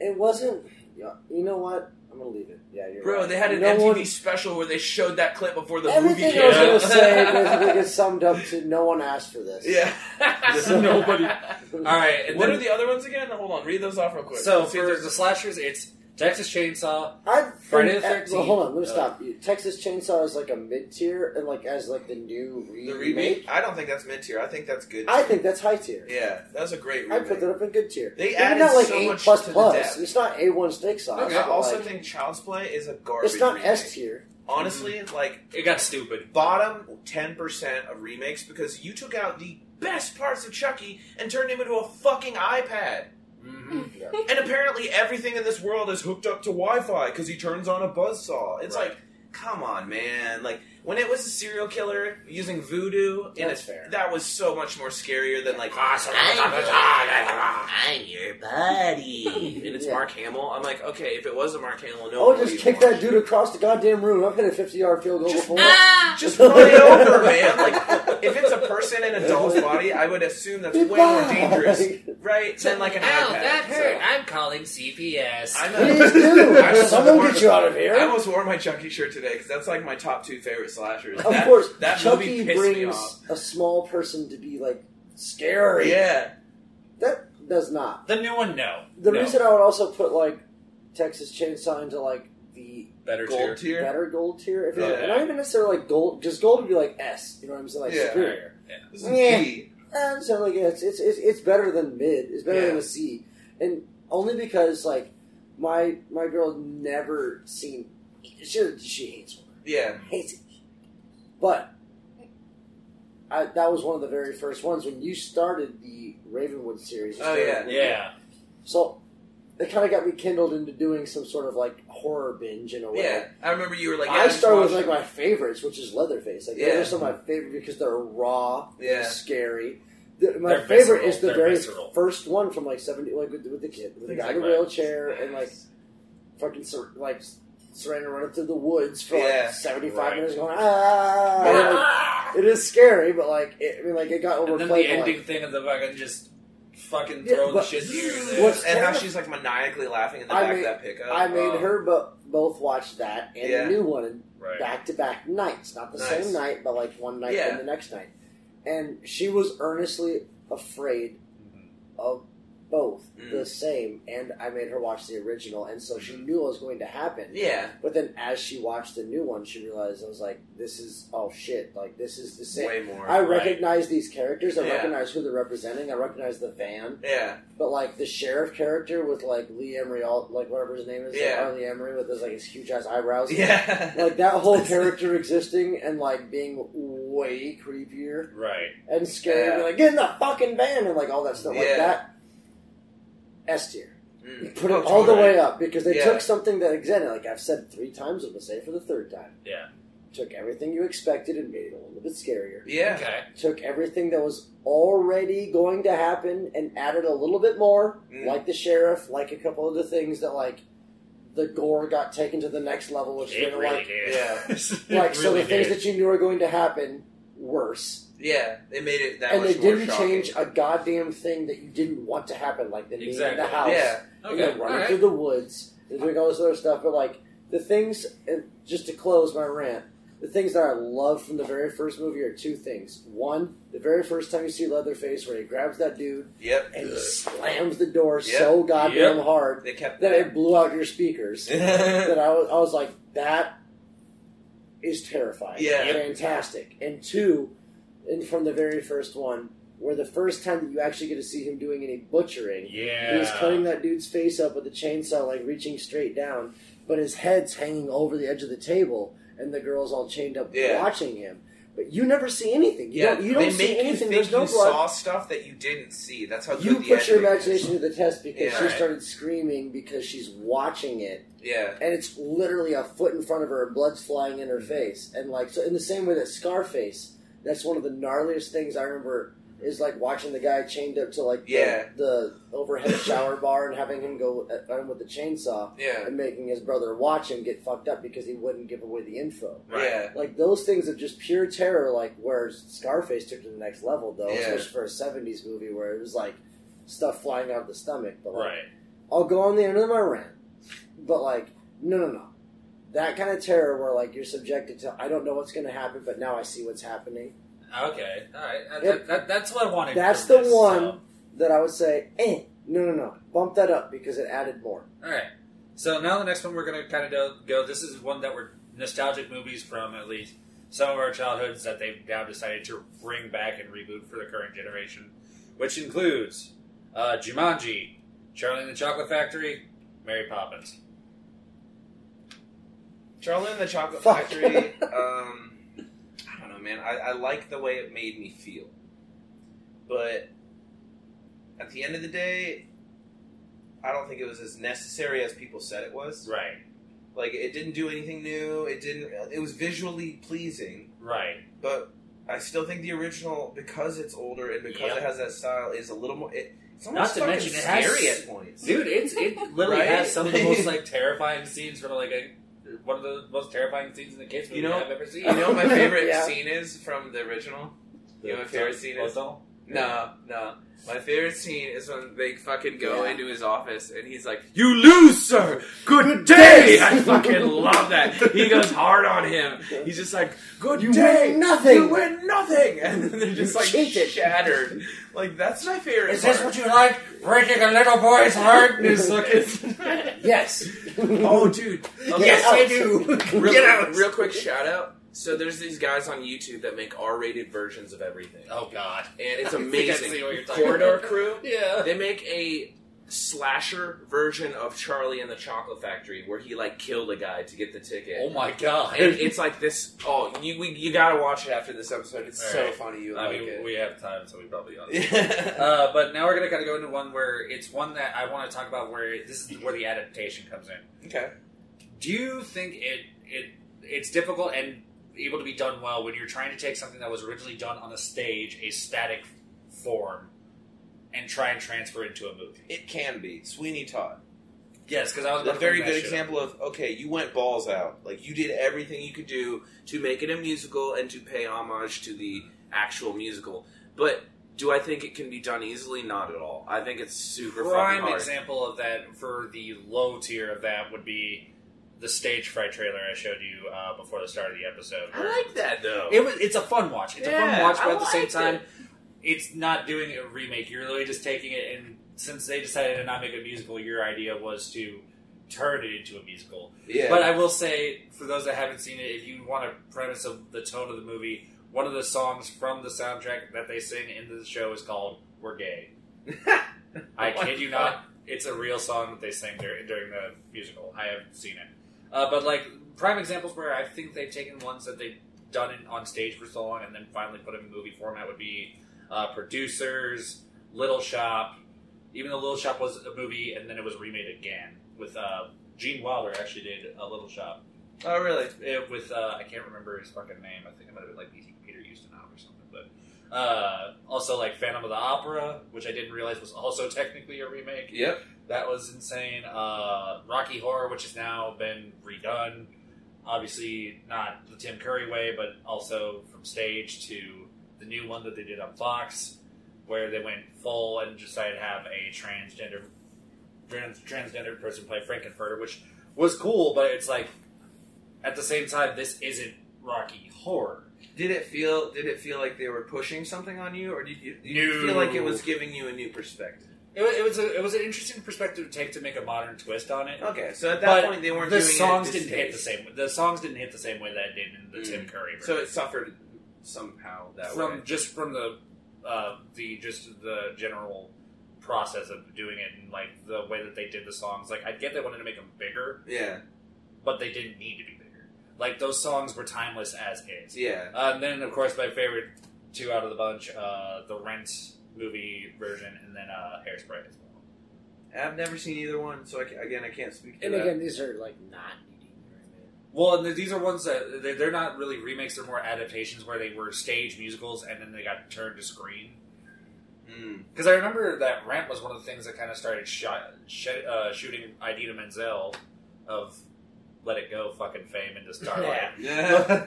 It wasn't. yeah, You know what? I'm gonna leave it. Yeah, you're bro. Right. They had an no MTV One, special where they showed that clip before the everything movie I came was gonna out. say basically gets summed up to no one asked for this. yeah. Nobody- All right, and What then are the other ones again? Hold on, read those off real quick. so Let's see if for there's- the slashers, it's Texas Chainsaw. I Friday think- the uh, 13th. Well, hold on, let me Uh, stop. You- Texas Chainsaw is like a mid tier, and like as like the new re- the remake. remake. I don't think that's mid tier. I think that's good. I think that's high tier. Yeah, that was a great I remake. put that up in good tier. They Maybe added not like so A much plus to the plus. depth. It's not A one steak sauce. I but, also like, think Child's Play is a garbage. it's not remake. S tier. Honestly, like It got stupid. bottom ten percent of remakes because you took out the best parts of Chucky and turned him into a fucking iPad. hmm And apparently, everything in this world is hooked up to Wi-Fi because he turns on a buzzsaw. It's Right. like, come on, man! Like when it was a serial killer using voodoo, in a, That's fair. Ah, that was so much more scarier than like. I'm your buddy. And it's Yeah. Mark Hamill. I'm like, okay, if it wasn't Mark Hamill, no. Oh, movie just would kick want that dude across the goddamn room. I've hit a 50 yard field goal Just- before. it. Just run it over, man. Like, if it's a person in a doll's body, I would assume that's way more Goodbye. dangerous, right? Than like an Ow, iPad. that so. hurt. I'm calling CPS. I'm a- Please do. I Someone wore- get you out of I here. almost wore my Chucky shirt today because that's like my top two favorite slashers. Oh, Of That- course, that Chucky movie pissed me off. brings a small person to be like scary. Yeah, That does not. the new one, no. The no. reason I would also put like Texas Chainsaw into like the better gold tier. tier. better gold tier, if you Yeah. not even necessarily like gold, just gold would be like S. You know what I'm saying? Like Yeah. superior. This is Yeah. D. And so like it's it's it's, it's better than mid. It's better than a Yeah. C, and only because like my my girl never seen she she hates horror, Yeah, hates it, but I, that was one of the very first ones when you started the Ravenwood series. you Oh, started yeah. with- Yeah. So it kind of got me kindled into doing some sort of like horror binge in a way. yeah. I remember you were like, yeah, I just started with watched like my favorites, which is Leatherface. Like Yeah. those are some of my favorite because they're raw, Yeah. scary. The- my They're favorite visceral. is the They're very visceral. first one from like seventy, like with, with the kid, with the Things guy like in the that. wheelchair, and like fucking sur- like surrender running through the woods for Yeah. like seventy five Right. minutes, going ah. Yeah. And, like, it is scary, but like it, I mean, like it got And then overplayed. the a lot. ending thing of the fucking just fucking Yeah, throwing but- shit here and there. What's- and how she's like maniacally laughing in the I back mean- of that pickup. I made uh, her bo- both watch that and Oh, Yeah. the new one, and right. back to back nights, not the Nice. same night, but like one night Yeah. and the next night. And she was earnestly afraid of both Mm. Mm-hmm. the same, and I made her watch the original, and so she knew what was going to happen. yeah, But then, as she watched the new one, she realized I was like, "This is oh shit! Like this is the same." way more. I recognize these characters. I Yeah. recognize who they're representing. I recognize the van, yeah, but like the sheriff character with like Lee Emery, all, like whatever his name is, like, Yeah. Arlie Emery, with his like his huge ass eyebrows yeah. like that whole character existing and like being way creepier Right. and scary Yeah. and like get in the fucking van and like all that stuff Yeah. like that S tier Mm. put Oh, it all the totally. way up because they Yeah. took something that again like I've said three times I'm gonna say it for the third time Yeah. took everything you expected and made it a little bit scarier Yeah, Okay. took everything that was already going to happen and added a little bit more Mm. like the sheriff like a couple of the things that like the gore got taken to the next level which It they were really like did. Yeah. It like so really the things did. that you knew were going to happen worse yeah. They made it that and much they didn't more shocking. change a goddamn thing that you didn't want to happen like the being in Exactly. the house Yeah, and Okay. they're All running right. through the woods they're doing all this other stuff but like the things and just to close my rant the things that I love from the very first movie are two things. One, the very first time you see Leatherface, where he grabs that dude yep. and slams the door Yep. so goddamn Yep. hard They kept that it blew out your speakers. that. that I was, I was like, that is terrifying. Yeah. Yep. Fantastic. And two, and from the very first one, where the first time that you actually get to see him doing any butchering, Yeah. he's cutting that dude's face up with a chainsaw, like reaching straight down, but his head's hanging over the edge of the table, and the girl's all chained up Yeah. watching him. But you never see anything. You yeah, don't, you don't they see make anything. You There's think no you blood. saw stuff that you didn't see. That's how you good put the your editing is. imagination to the test because Yeah. she Right. started screaming because she's watching it Yeah, and it's literally a foot in front of her and blood's flying in her face and like so in the same way that scarface that's one of the gnarliest things i remember is like watching the guy chained up to like the- Yeah. the, overhead shower bar and having him go at him with the chainsaw yeah, and making his brother watch him get fucked up because he wouldn't give away the info Right. yeah, like those things of just pure terror like where scarface took to the next level though Yeah. especially for a 70s movie where it was like stuff flying out of the stomach but like Right. I'll go on the end of my rant. But like, no, no, no. That kind of terror where like you're subjected to, I don't know what's going to happen, but now I see what's happening. Okay. All right. That, Yep. that- that's what I wanted. That's from the this, one. so. That I would say, eh, no, no, no. Bump that up because it added more. All right. So now the next one we're going to kind of do, go. This is one that we're nostalgic movies from at least some of our childhoods that they've now decided to bring back and reboot for the current generation, which includes uh, Jumanji, Charlie and the Chocolate Factory, Mary Poppins. Charlie and the Chocolate Fuck. Factory. Um, I don't know, man. I, I like the way it made me feel, but at the end of the day, I don't think it was as necessary as people said it was. Right. Like it didn't do anything new. It didn't. It was visually pleasing, Right. but I still think the original, because it's older and because Yep. it has that style, is a little more. It, it's Not almost to fucking mention it has- scary at points. Dude, it's it literally Right? has some of the most like terrifying scenes from like a, one of the most terrifying scenes in the kids movie You know- I've ever seen. You know what my favorite Yeah. scene is from the original? The you know my favorite scene is- hotel? No, no. My favorite scene is when they fucking go Yeah. into his office and he's like, You lose, sir! Good, day! day!" I fucking love that. He goes hard on him. He's just like, Good You day! win nothing. You win nothing! And then they're You just like cheated. shattered. Like, that's my favorite Is this what you like? Breaking a little boy's heart? Is what Yes. Oh, dude. Okay. Yes, out. I do. Real, Get out. real quick shout out. So there's these guys on YouTube that make R-rated versions of everything, and oh god. it's I think I amazing. see what you're talking Corridor about. Crew. Yeah. They make a slasher version of Charlie and the Chocolate Factory where he like killed a guy to get the ticket. Oh my god. And it's like this. Oh, you we, you gotta watch it after this episode. It's so Alright. funny. You I like mean, it. we have time, so we probably ought to. Yeah. Uh, but now we're gonna kind of go into one where it's one that I want to talk about. Where this is where the adaptation comes in. okay. Do you think it it it's difficult and able to be done well when you're trying to take something that was originally done on a stage, a static form, and try and transfer it into a movie? It can be Sweeney Todd. yes, because I was A about to very bring that good shit up. example of okay, you went balls out. Like you did everything you could do to make it a musical and to pay homage to the actual musical. But do I think it can be done easily? Not at all. I think it's super fucking prime hard. example of that for the low tier of that would be the stage fright trailer I showed you uh, before the start of the episode. where- I like that though. It was. It's a fun watch. It's a Yeah, fun watch, but I at the same liked time, it. it's not doing a remake. You're literally just taking it, and since they decided to not make a musical, your idea was to turn it into a musical. yeah. But I will say, for those that haven't seen it, if you want a premise of the tone of the movie, one of the songs from the soundtrack that they sing in the show is called "We're Gay." I What kid you the not. It's a real song that they sing during, during the musical. I have seen it. Uh, but like prime examples where I think they've taken ones that they've done it on stage for so long and then finally put them in movie format would be uh, producers, Little Shop. Even though Little Shop was a movie and then it was remade again with uh, Gene Wilder actually did a Little Shop Oh, really? it, with uh, I can't remember his fucking name. I think it might have been like Peter Ustinov or something. But uh, also like Phantom of the Opera, which I didn't realize was also technically a remake. Yep. That was insane. Uh, Rocky Horror, which has now been redone. Obviously, not the Tim Curry way, but also from stage to the new one that they did on Fox, where they went full and decided to have a transgender trans, transgender person play Frankenfurter, which was cool, but it's like at the same time, this isn't Rocky Horror. Did it feel? Did it feel like they were pushing something on you, or did you, did No. you feel like it was giving you a new perspective? It, wa- it was a, it was an interesting perspective to take to make a modern twist on it. Okay, so at that But point they weren't the doing songs it at this didn't hit the stage. same. The songs didn't hit the same way that it did in the Mm. Tim Curry. So version. it suffered somehow that from way. just from the uh, the just the general process of doing it and like the way that they did the songs. Like I get they wanted to make them bigger, Yeah, but they didn't need to be bigger. Like those songs were timeless as is. yeah. Uh, and then of course my favorite two out of the bunch, uh, the Rent movie version, and then uh, Hairspray as well. I've never seen either one, so I ca again I can't speak to And that. again, these are like not eating right Well, and th- these are ones that they- they're not really remakes; they're more adaptations where they were stage musicals and then they got turned to screen. Mm. Because I remember that Rent was one of the things that kind of started shot, sh- uh, shooting Idina Menzel of Let It Go fucking fame into Starlight. Yeah.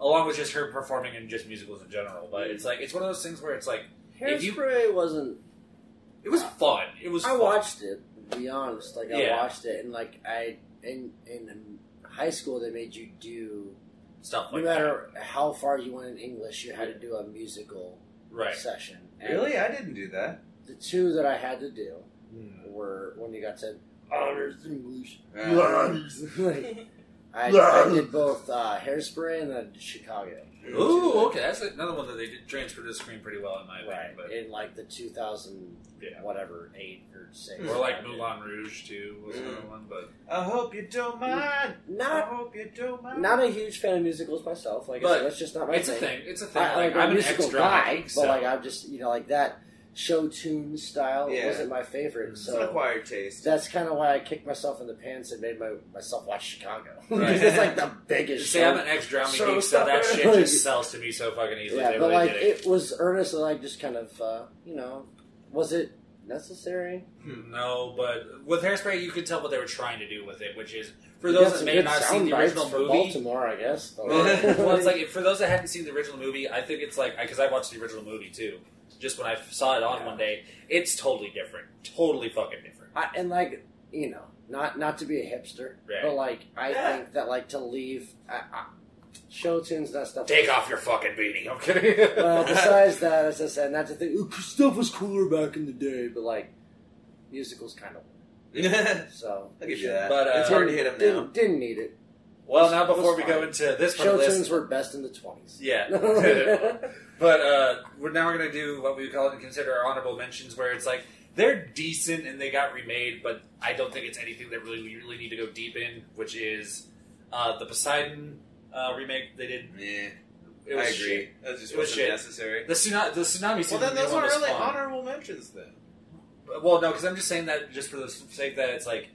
Along with just her performing in just musicals in general. But it's like, it's one of those things where it's like, If you- now. Hairspray wasn't. it was fun. It was I fun. watched it. To be honest, like I Yeah. watched it, and like I in in high school they made you do stuff no like matter how far you went in English, you had to do a musical that. Right. session. And really, I didn't do that. The two that I had to do Mm. were when you got to honors English. Uh, Like, I, I did both uh, Hairspray and then Chicago. Uh, Ooh, okay. That's another one that they did transfer to the screen pretty well, in my opinion. But, in like the 2000 Yeah. whatever eight or six. or like Moulin Rouge, too, was another one. But I hope you don't mind. I Not hope you don't mind. not a huge fan of musicals myself. Like I But said, that's just not my it's a thing. thing. It's a thing. I, like, like, am I'm a an musical extra, guy, so- but like I'm just you know like that. show tune style. It Yeah. wasn't my favorite. It's an So acquired taste. that's kind of why I kicked myself in the pants and made my, myself watch Chicago. 'Cause Right. it's like the biggest. See, I'm an ex drama so geek, so that sorry. shit just sells to me so fucking easily. yeah, they but really like did it. it was earnest and like just kind of uh, you know, was it necessary? No, but with Hairspray, you could tell what they were trying to do with it, which is for You those got that some may good not have sound seen the bites original for movie. Baltimore, I guess. but- well, it's like for those that hadn't seen the original movie, I think it's like because I watched the original movie too. Just when I saw it on Yeah. one day, it's totally different, totally fucking different. I, and like you know, not not to be a hipster, Right. but like I think that like to leave I, I, show tunes that stuff. Take off your fucking beanie. I'm kidding. Well, besides that, as I said, not to think ooh, stuff was cooler back in the day, but like musicals kind of I'll so. give you that. But, uh, it's hard to hit him now. Didn't, didn't need it. well, now before That's we go fine. into this part Show of the list, tunes were best in the twenties. yeah. But uh, we're now we're gonna do what we call and consider our honorable mentions, where it's like they're decent and they got remade, but I don't think it's anything that really we really need to go deep in, which is uh, the Poseidon uh, remake they did. Yeah, It was I agree. shit. That just It was wasn't shit. necessary. The tsunami, the tsunami. Well, then those those aren't really fun. honorable mentions then. Well, no, because I'm just saying that just for the sake that it's like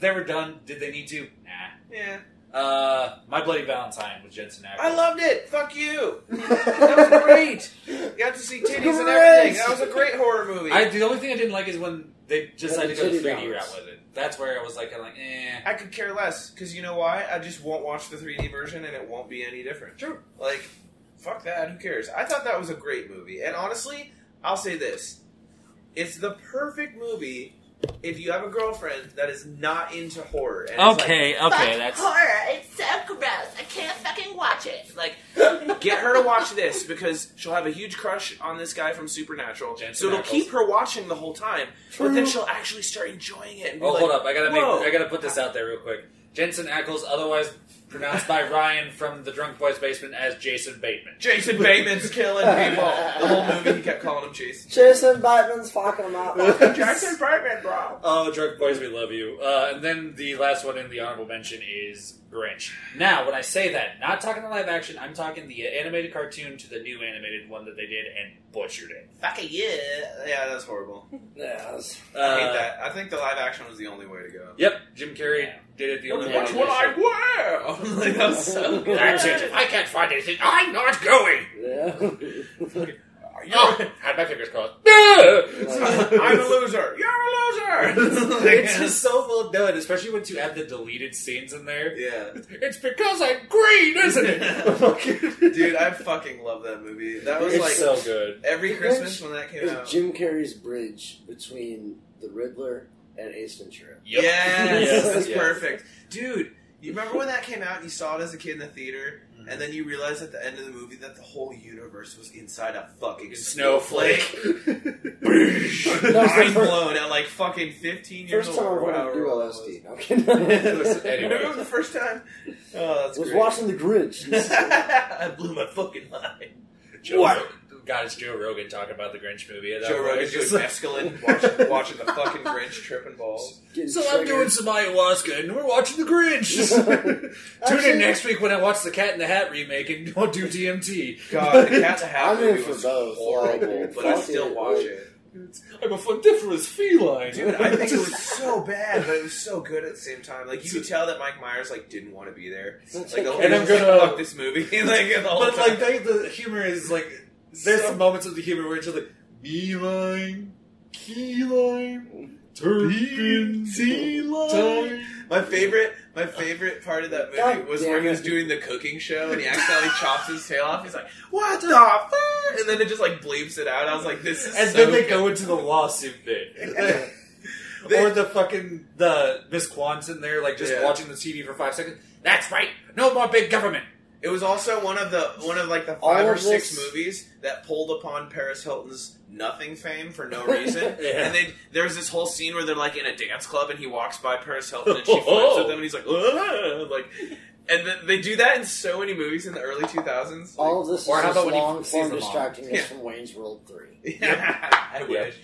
they were done. Did they need to? Nah. Yeah, Uh, My Bloody Valentine with Jensen Ackles. I loved it. Fuck you. that That was great. You got to see It's titties and great. everything. That was a great horror movie. I, the only thing I didn't like is when they decided to go the titty 3D balance. route with it. That's where I was like, kind of like, eh. I could care less because you know why? I just won't watch the 3D version and it won't be any different. True. Like, fuck that. Who cares? I thought that was a great movie. And honestly, I'll say this it's the perfect movie if you have a girlfriend that is not into horror. And it's Fuck horror. It's so gross. I can't fucking watch it. Like, like, get her to watch this because she'll have a huge crush on this guy from Supernatural. Jensen so it'll Ackles. keep her watching the whole time. But True. then she'll actually start enjoying it. And be Oh, like, hold up! I gotta make, Whoa. I gotta put this out there real quick. Jensen Ackles, otherwise pronounced by Ryan from the Drunk Boys Basement as Jason Bateman. Jason Bateman's killing people. The whole movie, he kept calling him Jason. Jason Bateman's fucking them up. Jason Bateman, bro. Oh, Drunk Boys, we love you. Uh, and then the last one in the honorable mention is Grinch. Now, when I say that, not talking the live action, I'm talking the animated cartoon to the new animated one that they did and butchered it. Fucking yeah. Yeah, that's horrible. Yeah, that was- Uh, I hate that. I think the live action was the only way to go. Yep, Jim Carrey did it the only Yeah. way. one I wear? like, that was so good. That's it. If I can't find anything, I'm not going. yeah. Oh, had my fingers crossed. No! I'm a loser. You're a loser. it's just so well done, especially once you add the deleted scenes in there. yeah, It's because I'm green, isn't it? dude, I fucking love that movie. That was it's like so good. every The Christmas when that came out. It's Jim Carrey's bridge between the Riddler and Ace Ventura. Yes, Yes, that's yes. perfect, dude. You remember when that came out and you saw it as a kid in the theater, and then you realized at the end of the movie that the whole universe was inside a fucking snowflake. Snowflake. Mind blown at like fucking 15 years First time old. I or went to whatever do it LSD. No, I'm was. kidding. Anyway. Remember the first time? Oh, that's was great. watching The Grinch. I blew my fucking line. Joe What? Rogan- God, it's Joe Rogan talking about the Grinch movie. At that Joe point. Rogan It's just doing like, mescaline, watching, watching the fucking Grinch tripping balls. Getting so I'm triggered. doing some ayahuasca and we're watching the Grinch. Tune Actually- in next week when I watch the Cat in the Hat remake and I'll do DMT. God, the Cat in the Hat I'm in movie for was both. horrible, Like, but I fuck still it. watch it. I'm a fundiferous feline. Dude, I think it was so bad, but it was so good at the same time. Like you could tell that Mike Myers like didn't want to be there. Like, the whole- And I'm he's just gonna- like, fuck this movie. like, the whole But time. like they, the humor is like there's some moments of the humor where it's just like beeline, keyline, turpin, Line. line. My favorite, my favorite part of that movie God was damn where he was it. doing the cooking show and he accidentally chops his tail off. He's like, "What the fuck?" And then it just like bleeps it out. I was like, "This is." And so then they go into the lawsuit bit. or the fucking the Miss Quant's in there, like just Yeah. watching the TV for five seconds. That's right. No more big government. It was also one of the one of like the All five or of six this- movies that pulled upon Paris Hilton's nothing fame for no reason. Yeah. And they there's this whole scene where they're like in a dance club and he walks by Paris Hilton and she flips at them and he's like, "Ugh," like, and th- they do that in so many movies in the early 2000s. All of this Or how is about just when he long sees form the mom? distracting Yeah. us from Wayne's World 3. I wish.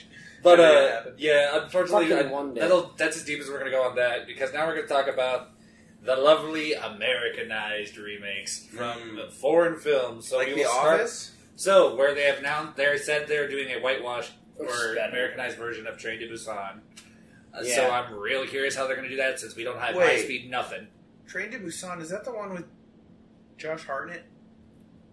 But Yeah, that uh, happened. yeah, unfortunately, Fucking I- one day. that'll, that's as deep as we're gonna go on that because now we're gonna talk about the lovely Americanized remakes from Mm. foreign films. So like we The will start- Office. So where they have now, they said they're doing a whitewash Which is or better. Americanized version of Train to Busan. Uh, Yeah. So I'm really curious how they're going to do that since we don't have Wait. high speed nothing. Train to Busan is that the one with Josh Hartnett?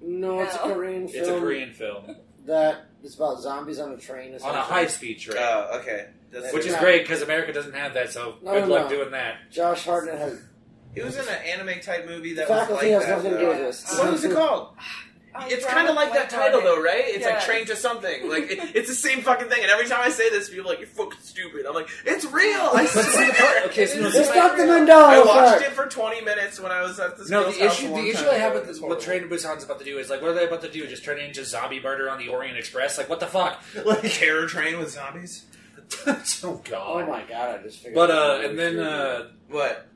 No, it's a No. Korean film. It's a Korean film that is about zombies on a train. on a essentially. high speed train, Oh, okay. That's which is Uh, Yeah. great because America doesn't have that. So No, good no, luck no. doing that. Josh Hartnett has. It was in an anime type movie The that was like faculty has that. nothing to do though. with this. What was it called? It's kind of like that title, though, right? It's like Yeah. Train to Something. Like it, it's the same fucking thing. And every time I say this, people are like, "You're fucking stupid." I'm like, "It's real." I swear. okay, so no, It's see, It's like- not the Mandela I watched effect. it for 20 minutes when I was at this. No, girl's the house a issue long the issue time I have ago. with It's this, what horrible. Train to Busan's about to do is like, what are they about to do? Just turn it into zombie murder on the Orient Express? Like, what the fuck? Like, Terror Train with zombies. oh Oh god. my god! I just figured. But out uh, what and we then should do. uh, What?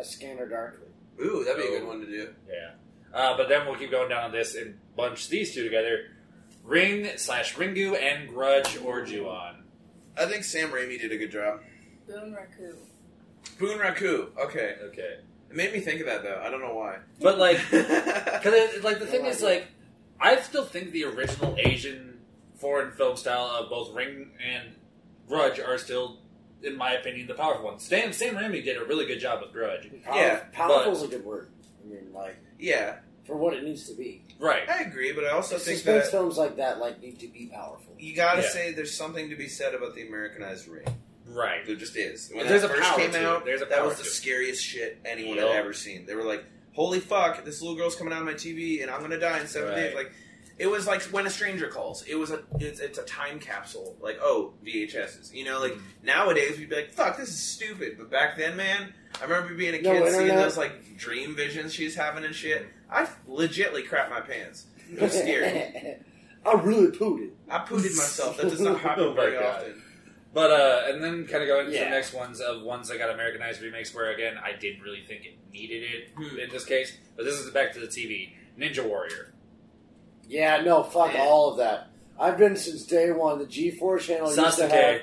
a scanner darkly. Ooh, that'd be a Oh. good one to do. yeah. Uh, but then we'll keep going down on this and bunch these two together. Ring slash Ringu and Grudge or Juon. I think Sam Raimi did a good job. Boon Raku. Boon Raku. Okay, Okay. it made me think of that though. I don't know why. But like, Because it, like the No thing is, idea. like, I still think the original Asian foreign film style of both Ring and Grudge are still, in my opinion, the powerful ones. Sam Sam Raimi did a really good job with Grudge, Power, Yeah, powerful's a good word. I mean, like yeah, for what it needs to be. right? I agree. But I also think Suspense that films like that like need to be powerful. you gotta Yeah. say there's something to be said about the Americanized ring. Right. There just is. When There's that a first power came to it. out, There's a that power was the to it. scariest shit anyone Yup. had ever seen. They were like, "Holy fuck, this little girl's coming out of my TV, and I'm gonna die in seven Right. days." Like, it was like when a stranger calls. It was a it's, it's a time capsule. Like, oh, VHSs. You know, like Mm. nowadays we'd be like, "Fuck, this is stupid," but back then, man. I remember being a No, kid seeing internet. those like dream visions she's having and shit. I legitly crap my pants. It was scary. I really pooed it. I pooted myself. That does not happen Oh my very God. often. But uh, and then kind of going into Yeah. the next ones of ones that got Americanized remakes, where again I didn't really think it needed it Hmm. in this case. But this is back to the TV Ninja Warrior. Yeah, no, fuck Man. all of that. I've been since day one. The G4 channel used to have Sasuke,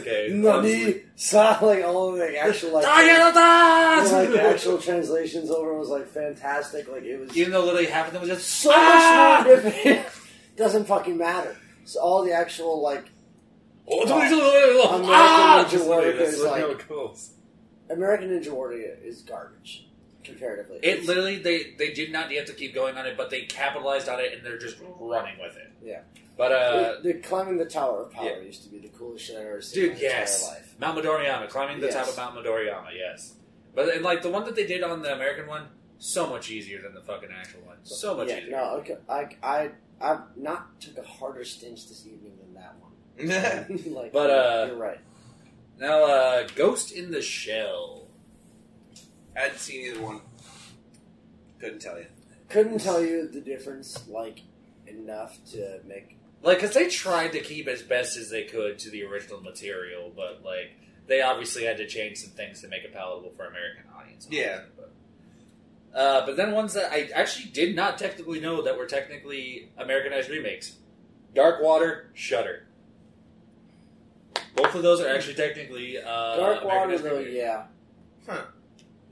Sasuke, Nani, Sa, like all of the actual like, Daiyatsu! like the actual translations over was like fantastic. Like it was Even though literally half of them was just so much more different. Doesn't fucking matter. So all the actual like American Ah! Ninja Warrior That's is literally like- how it goes. American Ninja Warrior is garbage comparatively. It literally they they did not have to keep going on it, but they capitalized on it and they're just running with it. Yeah. But uh, the, the climbing the Tower of Power yeah. used to be the coolest shit I've ever seen. dude, in my entire yes, life. Mount Midoriyama, climbing the top Yes. of Mount Midoriyama, yes. But and like the one that they did on the American one, so much easier than the fucking actual one. So much yeah, easier. No, okay, I, I, I've not took a harder stench this evening than that one. like, But, uh, you're right. Now, uh, Ghost in the Shell. I hadn't seen either one. Couldn't tell you. Couldn't tell you the difference, like enough to make. Like, because they tried to keep as best as they could to the original material, but, like, they obviously had to change some things to make it palatable for American audiences. Yeah. But, uh, but then ones that I actually did not technically know that were technically Americanized remakes Dark Water, Shudder. Both of those are actually technically uh, Dark Water, Americanized though, remakes. yeah. Huh.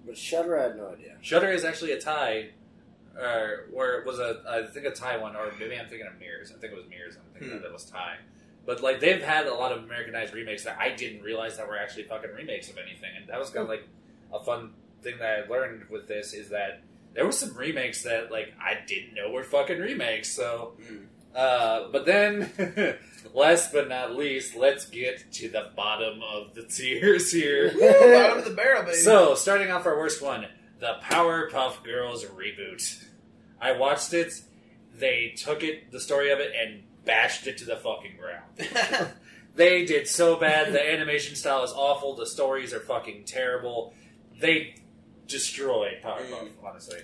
But Shudder, I had no idea. Shudder is actually a tie, or where it was a I think a tie one, or maybe I'm thinking of Mirrors. I think it was Mirrors. I'm thinking Hmm. that it was tie. But like they've had a lot of Americanized remakes that I didn't realize that were actually fucking remakes of anything, and that was kind of like a fun thing that I learned with this is that there were some remakes that like I didn't know were fucking remakes. So, Mm. uh, but then. Last but not least, let's get to the bottom of the tiers here. Woo, bottom of the barrel, baby. So, starting off our worst one, the Powerpuff Girls reboot. I watched it. They took it, the story of it, and bashed it to the fucking ground. They did so bad. The animation style is awful. The stories are fucking terrible. They destroyed Powerpuff, honestly.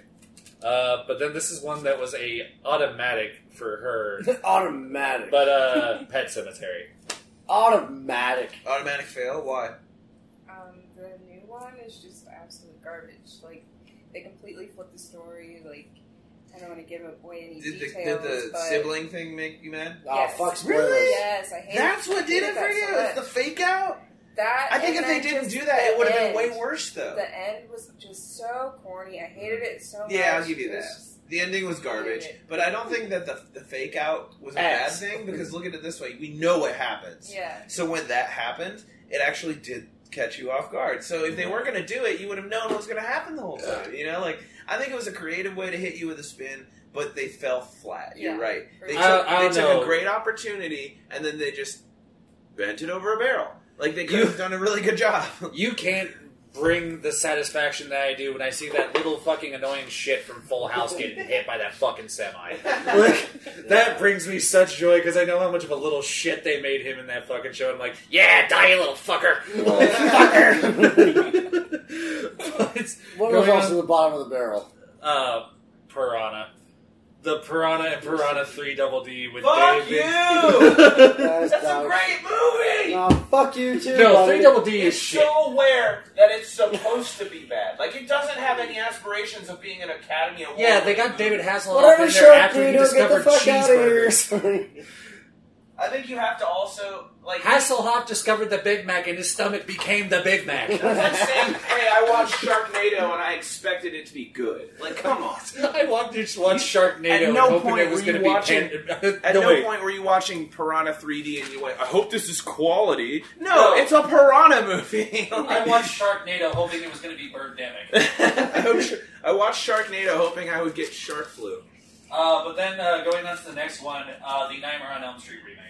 Uh, but then this is one that was a automatic for her. Automatic. But uh, Pet Cemetery. Automatic. Automatic fail. Why? Um, the new one is just absolute garbage. Like they completely flipped the story. Like I don't want to give away any Did the, did details. the but sibling thing make you mad? Yes. Oh, fuck spoilers. Really? Yes, I hate. That's what did it hated for that you. so It's the much. fake out. That I think and if they then didn't just do that, it the would have been end. way worse, though. The end was just so corny. I hated it so much. Yeah, I'll give you It was that. just- The ending was garbage, but I don't think that the, the fake out was a Ass. bad thing because look at it this way: we know what happens. Yeah. So when that happened, it actually did catch you off guard. So if they weren't going to do it, you would have known what was going to happen the whole time. You know, like I think it was a creative way to hit you with a spin, but they fell flat. You're Yeah. right. They took, I- I they don't took a know. great opportunity and then they just bent it over a barrel. Like they could have done a really good job. You can't bring the satisfaction that I do when I see that little fucking annoying shit from Full House getting hit by that fucking semi. Like, that brings me such joy because I know how much of a little shit they made him in that fucking show. I'm like, yeah, die, you little fucker. fucker. It's- What was Going on- also the bottom of the barrel? uh, Piranha. The Piranha and Piranha 3 Double D with Fuck David. you! That's That's a dog. great movie. No, Ah, fuck you too. No, buddy. 3 Double D is It's shit. so aware that it's supposed to be bad. Like it doesn't have any aspirations of being an Academy Award. Yeah, they got David Hasselhoff Whatever, in there Shark after he Guido, get the discovered fuck out cheeseburgers. of here. I think you have to also like. Hasselhoff discovered the Big Mac and his stomach became the Big Mac. That's like saying, "Hey, I watched Sharknado and I expected it to be good." Like, come on. I watched, just watched Sharknado At no hoping point it was were you going to be watching- pan- At no, no, wait. point were you watching Piranha 3D and you went, "I hope this is quality." No, No. it's a Piranha movie. I watched Sharknado hoping it was going to be Birdemic. I, hope, I watched Sharknado hoping I would get shark flu. Uh, but then uh, going on to the next one, uh, the Nightmare on Elm Street remake.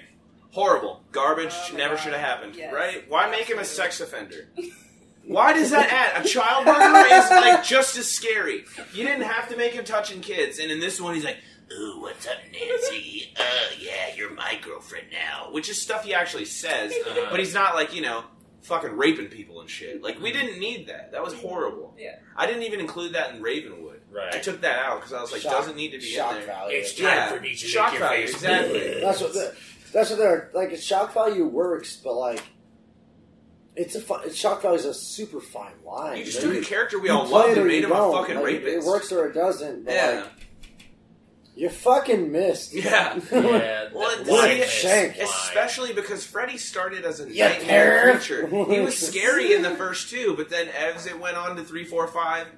Horrible. Garbage. Oh my never God. should have happened. Yes. Right? Why make him a Absolutely. sex offender? Why does that add? A child murderer is like just as scary. You didn't have to make him touching kids. And in this one, he's like, Ooh, what's up, Nancy? Oh, Uh, yeah, you're my girlfriend now. which is stuff he actually says, Uh-huh. but he's not like, you know, fucking raping people and shit. Like, we didn't need that. That was horrible. Yeah. I didn't even include that in Ravenwood. I Right. took that out because I was like, Shock- doesn't need to be shock in there. value. Oh, Yeah. Shock value, exactly. That's what. The, that's what they're like. it's Shock value works, but like, it's a fi- shock value is a super fine line. You just Like, took a character we you all play loved it or and made you him a don't. fucking Like, rapist. It works or it doesn't. But Yeah. like, you fucking missed. uh, Yeah. Yeah. Well, that- it- What see, a shank. Especially because Freddy started as a Yeah, perv. nightmare creature. He was scary in the first two, but then as it went on to three, four, five,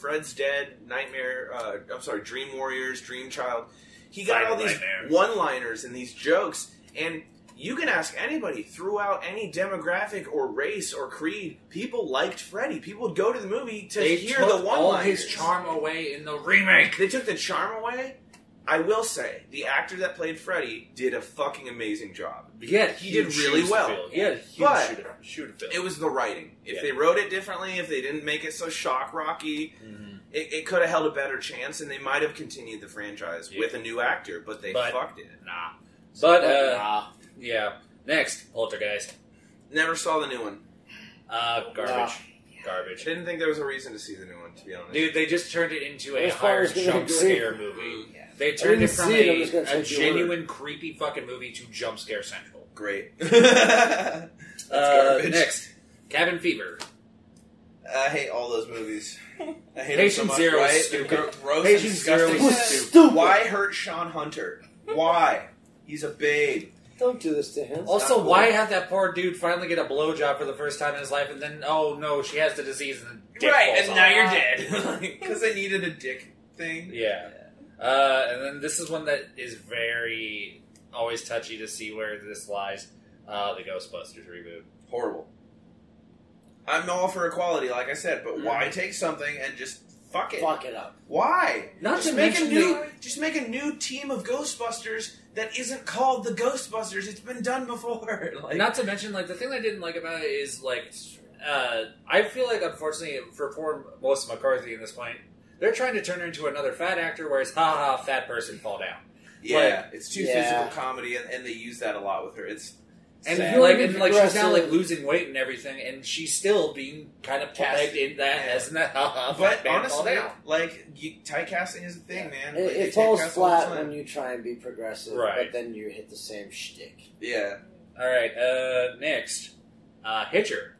Fred's dead, nightmare. Uh, I'm sorry, Dream Warriors, Dream Child. He got Freddy all these Nightmare. one-liners and these jokes, and you can ask anybody throughout any demographic or race or creed. People liked Freddy. People would go to the movie to They hear took the all one-liners. his charm away in the remake. They took the charm away. I will say, the actor that played Freddy did a fucking amazing job. Yeah, He did really well. He had a huge But- shooter, shooter film. It was the writing. If Yeah. they wrote it differently, if they didn't make it so shock rocky, Mm-hmm. it, it could have held a better chance, and they might have continued the franchise Yeah. with a new actor. But they But- fucked it. Nah. But, But, uh, nah. yeah. Next, Poltergeist. Never saw the new one. Uh, garbage. Nah. I Garbage. didn't think there was a reason to see the new one. To be honest, Dude, they just turned it into a As far higher as gonna jump be- scare movie. Mm, They turned didn't it from see it, I'm just gonna a, a take your word. genuine creepy fucking movie to jump scare central. great. That's Uh, garbage. next, Cabin Fever. I hate all those movies. I Patient hate them so much, Zero right? is stupid. They're Gross and Patient Zero disgusting. It was is stupid. stupid. Why hurt Sean Hunter? Why? He's a babe. Don't do this to him. Also, not cool. why have that poor dude finally get a blowjob for the first time in his life, and then oh no, she has the disease, and the dick falls off. dead. Because I needed a dick thing. Yeah. Uh, and then this is one that is very always touchy to see where this lies. Uh, the Ghostbusters reboot. horrible. I'm all for equality, like I said, Mm-hmm. but why take something and just fuck it? fuck it up. Why? Not just to make a mention new, just make a new team of Ghostbusters that isn't called the Ghostbusters. It's been done before. Like, Not to mention, like the thing I didn't like about it is like, uh, I feel like unfortunately for poor Melissa McCarthy at this point, they're trying to turn her into another fat actor, whereas ha ha, fat person fall down. yeah, it's too Yeah. physical comedy, and, and they use that a lot with her. It's and sad. you're- like and like she's now Progressive. like losing weight and everything, and she's still being kind of Cast- tagged in that yeah. as that. but honestly, down. like you, tie casting is a thing, man. It, Like, they it falls typecast all the flat time. when you try and be progressive, Right. but then you hit the same shtick. yeah, all right, uh, next, uh, Hitcher.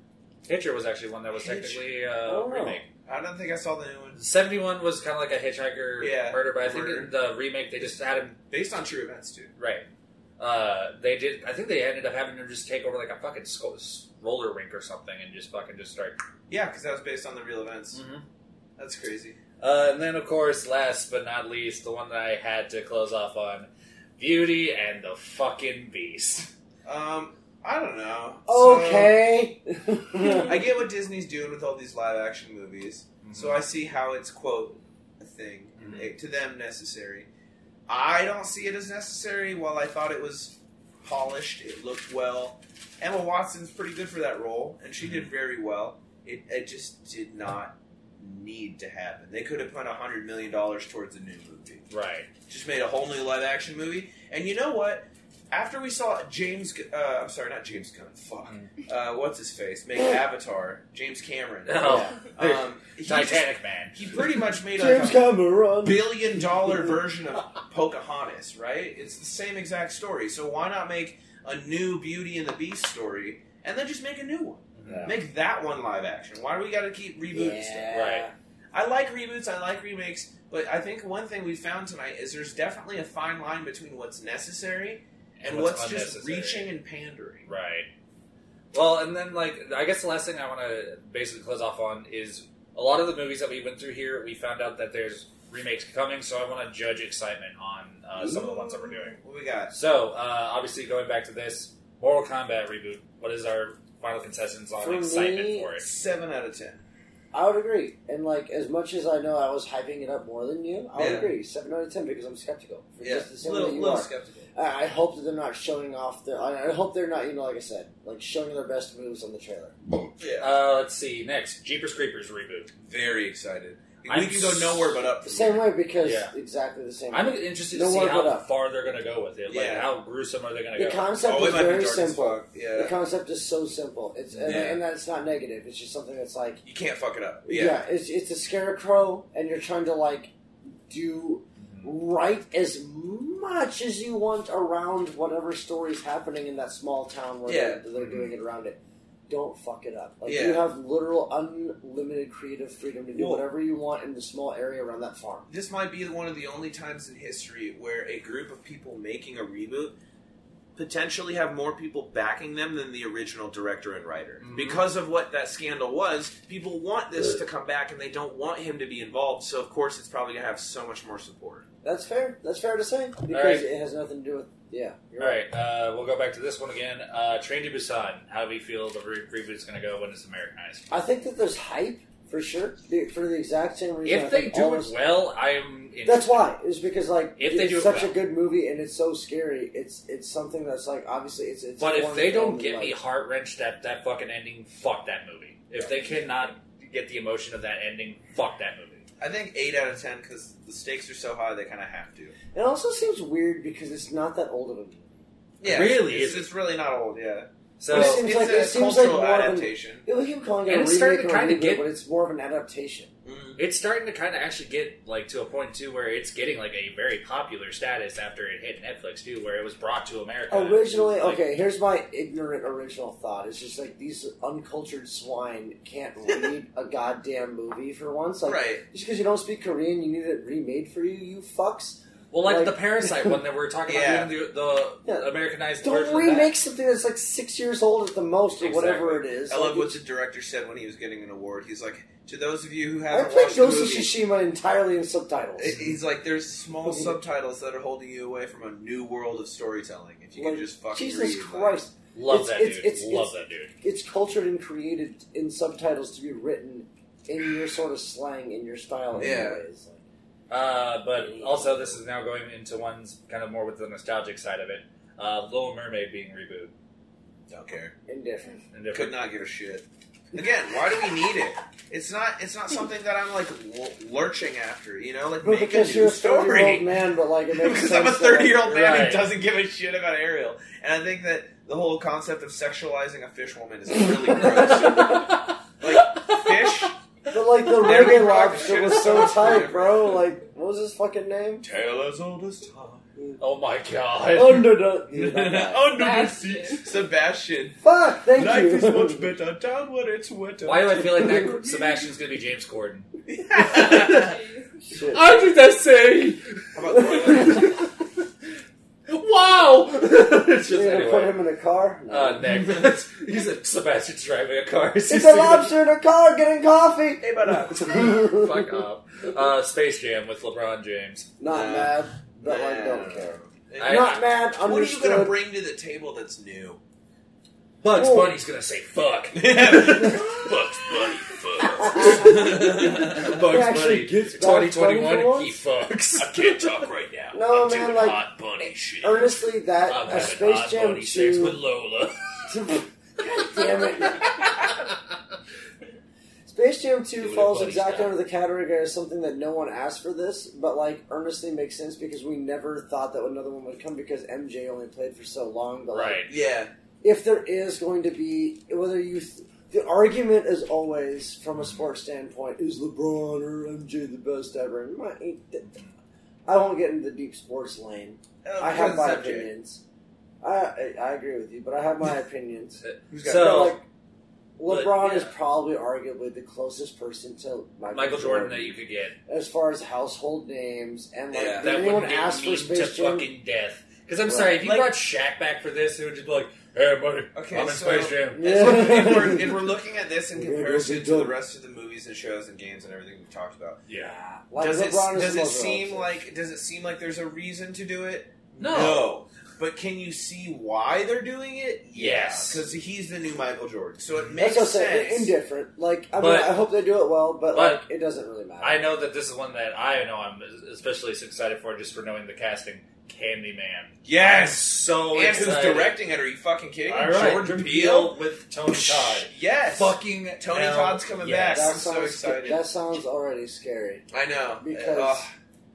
Hitcher was actually one that was Hitcher. technically uh, Oh. remake. I don't think I saw the new one Seventy one was kind of like a hitchhiker Yeah, murder, but I think murder. in the remake they just had him based on true events too. Right. Uh, they did. I think they ended up having to just take over like a fucking sco- s- roller rink or something and just fucking just start. Mm. Mm-hmm. Yeah, because that was based on the real events. That's crazy. Uh, and then, of course, last but not least, the one that I had to close off on Beauty and the fucking Beast. Um, I don't know. So, Okay. I get what Disney's doing with all these live action movies, so I see how it's quote a thing it- to them necessary. I don't see it as necessary. While I thought it was polished, it looked well. Emma Watson's pretty good for that role, and she did very well. It, it just did not need to happen. They could have put a hundred million dollars towards a new movie. Right. Just made a whole new live action movie, and you know what? After we saw James, Gu- uh, I'm sorry, not James Gunn. Fuck, uh, what's his face? Make Avatar, James Cameron. Oh, Um, he, just- Titanic Man. he pretty much made James like a Cameron. billion dollar version of Pocahontas, right? It's the same exact story. So why not make a new Beauty and the Beast story and then just make a new one? Yeah. Make that one live action. Why do we got to keep rebooting stuff? Right. I like reboots, I like remakes, but I think one thing we found tonight is there's definitely a fine line between what's necessary and what's, just unnecessary. reaching and pandering. Right. Well, and then like I guess the last thing I want to basically close off on is a lot of the movies that we went through here. We found out that there's remakes coming, so I want to judge excitement on uh, some of the ones that we're doing. What we got? So uh, obviously, going back to this Mortal Kombat reboot, what is our final concessions on For excitement me- for it? Seven out of ten. I would agree. And like as much as I know I was hyping it up more than you, I would Yeah. agree. Seven out of ten because I'm skeptical. For Yeah, just the a same little, way you little are. skeptical. I I hope that they're not showing off the I I hope they're not, you know, like I said, like showing their best moves on the trailer. Yeah, Uh, let's see. Next, Jeepers Creepers reboot. very excited. I'm we can go nowhere but up. The from same here. way because Yeah. exactly the same I'm way. interested No to see one how but up. far they're going to go with it. Like Yeah. how gruesome are they going to The go? concept Oh, it is might be very dark as simple. fuck. The Yeah, concept is so simple. It's and, Yeah. and that's not negative. It's just something that's like you can't fuck it up. yeah, it's it's a scarecrow and you're trying to like do right as much as you want around whatever story's happening in that small town where Yeah. they're, they're doing it around it. Don't fuck it up. Like Yeah. you have literal unlimited creative freedom to do Well- whatever you want in the small area around that farm. this might be one of the only times in history where a group of people making a reboot potentially have more people backing them than the original director and writer. Because of what that scandal was, people want this to come back and they don't want him to be involved, so of course it's probably going to have so much more support. That's fair. That's fair to say because right. it has nothing to do with yeah. You're All right, uh, we'll go back to this one again. Uh, Train to Busan. How do we feel the re- reboot's going to go when it's Americanized? I think that there's hype for sure be- for the exact same reason. I If they think do all it this- well, I'm. In- that's why is because like If they it's do it such well. a good movie and it's so scary. It's it's something that's like obviously it's. it's But if foreign they film don't and, get like, me heart wrenched at that fucking ending, fuck that movie. If they cannot get the emotion of that ending, fuck that movie. I think 8 out of 10 because the stakes are so high they kind of have to. It also seems weird because it's not that old of a movie. Yeah, Really? It's, it's really not old, yeah. So It seems it's like- a it seems like cultural more of an- adaptation. Yeah, we keep calling it And a it's remake starting or to a kinda reboot, get- but it's more of an adaptation. it's starting to kind of actually get like to a point too where it's getting like a very popular status after it hit Netflix too, where it was brought to America Originally, Like, okay, here's my ignorant original thought. It's just like these uncultured swine can't read a goddamn movie for once. Like, Right. Just because you don't speak Korean, you need it remade for you, you fucks. Well, like, Like- the Parasite one that we were talking Yeah. about, even the, the Yeah. Americanized version Don't of that. remake something that's like six years old at the most, or whatever it Exactly. is. I Like, love what it's- the director said when he was getting an award. He's like, to those of you who I haven't played watched the Ghost of movie, Tsushima entirely in subtitles. It- He's like, there's small subtitles that are holding you away from a new world of storytelling. If you Like, can just fucking Jesus read, like- Christ. Love It's- that it's- dude. it's- Love that it's- dude. it's cultured and created in subtitles to be written in your sort of slang, in your style, in Yeah. your ways. Uh, but also, this is now going into ones kind of more with the nostalgic side of it. Uh, Little Mermaid being rebooted. don't care. Like, indifferent. And Could different. not give a shit. Again, why do we need it? It's not. It's not something that I'm like l- lurching after. You know, like But make because a new you're a 30 year old story. man, but like it makes Because sense I'm a that, 30 year old like, man right. who doesn't give a shit about Ariel, and I think that the whole concept of sexualizing a fish woman is really gross. like fish But like the Every reggae rock lobster shit was so sounds tight, different. bro. Like, what was his fucking name? tale as old as time. Oh, oh my god. Under the Dude, that guy. Under the sea, Sebastian. Fuck, thank Life you. is much better down when it's wetter. Why do I feel like that Sebastian's going to be James Corden? Shit. How did that say? How about Wow! it's You're just gonna put anyway. him in a car? No. Uh, next. He's a Sebastian's driving a car. It's a lobster in a car getting coffee. Hey, but uh, Fuck off. Uh, Space Jam with LeBron James. Not Nah. mad, but Nah. like don't care. I- Not mad. what are you going to Understood. bring to the table that's new? Bugs Oh. Bunny's gonna say fuck. Bugs Bunny fucks. Bugs He actually Bunny. gets Bugs Bunny for 2021, he once? fucks. I can't talk right now. No, man, doing like, hot bunny shit. Honestly, that I'm a having Space Odd Jam Bunny sex with two. Lola. damn it. Space Jam 2 Doing falls buddy exactly style. under the category of something that no one asked for this, but like earnestly makes sense because we never thought that another one would come because MJ only played for so long. But like, Right. yeah, if there is going to be whether you th- the argument is always from a sports standpoint is LeBron or MJ the best ever? And my, I won't get into the deep sports lane. Oh, I have my opinions. I, I I agree with you, but I have my opinions. Who's got So, But, like, LeBron but, is yeah. probably arguably the closest person to Michael, Michael Jordan that you could get. as far as household names and like Yeah, did that anyone wouldn't get ask for me to Space Jam? fucking death. Because I'm Right. sorry, if you Like- brought Shaq back for this, it would just be like, hey, buddy, Okay, I'm in so- Space Jam. Yeah. So if, we're, if we're looking at this in We're gonna go comparison get to the done. rest of the movies and shows and games and everything we've talked about, Yeah. Like, does it LeBron is does the it most seem relevant. like does it seem like there's a reason to do it? No. But can you see why they're doing it? Yes. because he's the new Michael Jordan, so it That's makes what I'm saying. sense. Indifferent. Like, I But- mean, I hope they do it well, but, but like, it doesn't really matter. I know that this is one that I know I'm especially excited for just for knowing the casting. Candyman. yes. So and who's excited. directing it? Are you fucking kidding? me? Oh, All right. Jordan Peele. Peele with Tony Todd. Yes. Fucking Tony hell Todd's coming yes. back. that I'm so sounds excited. that sounds already scary I know because Ugh.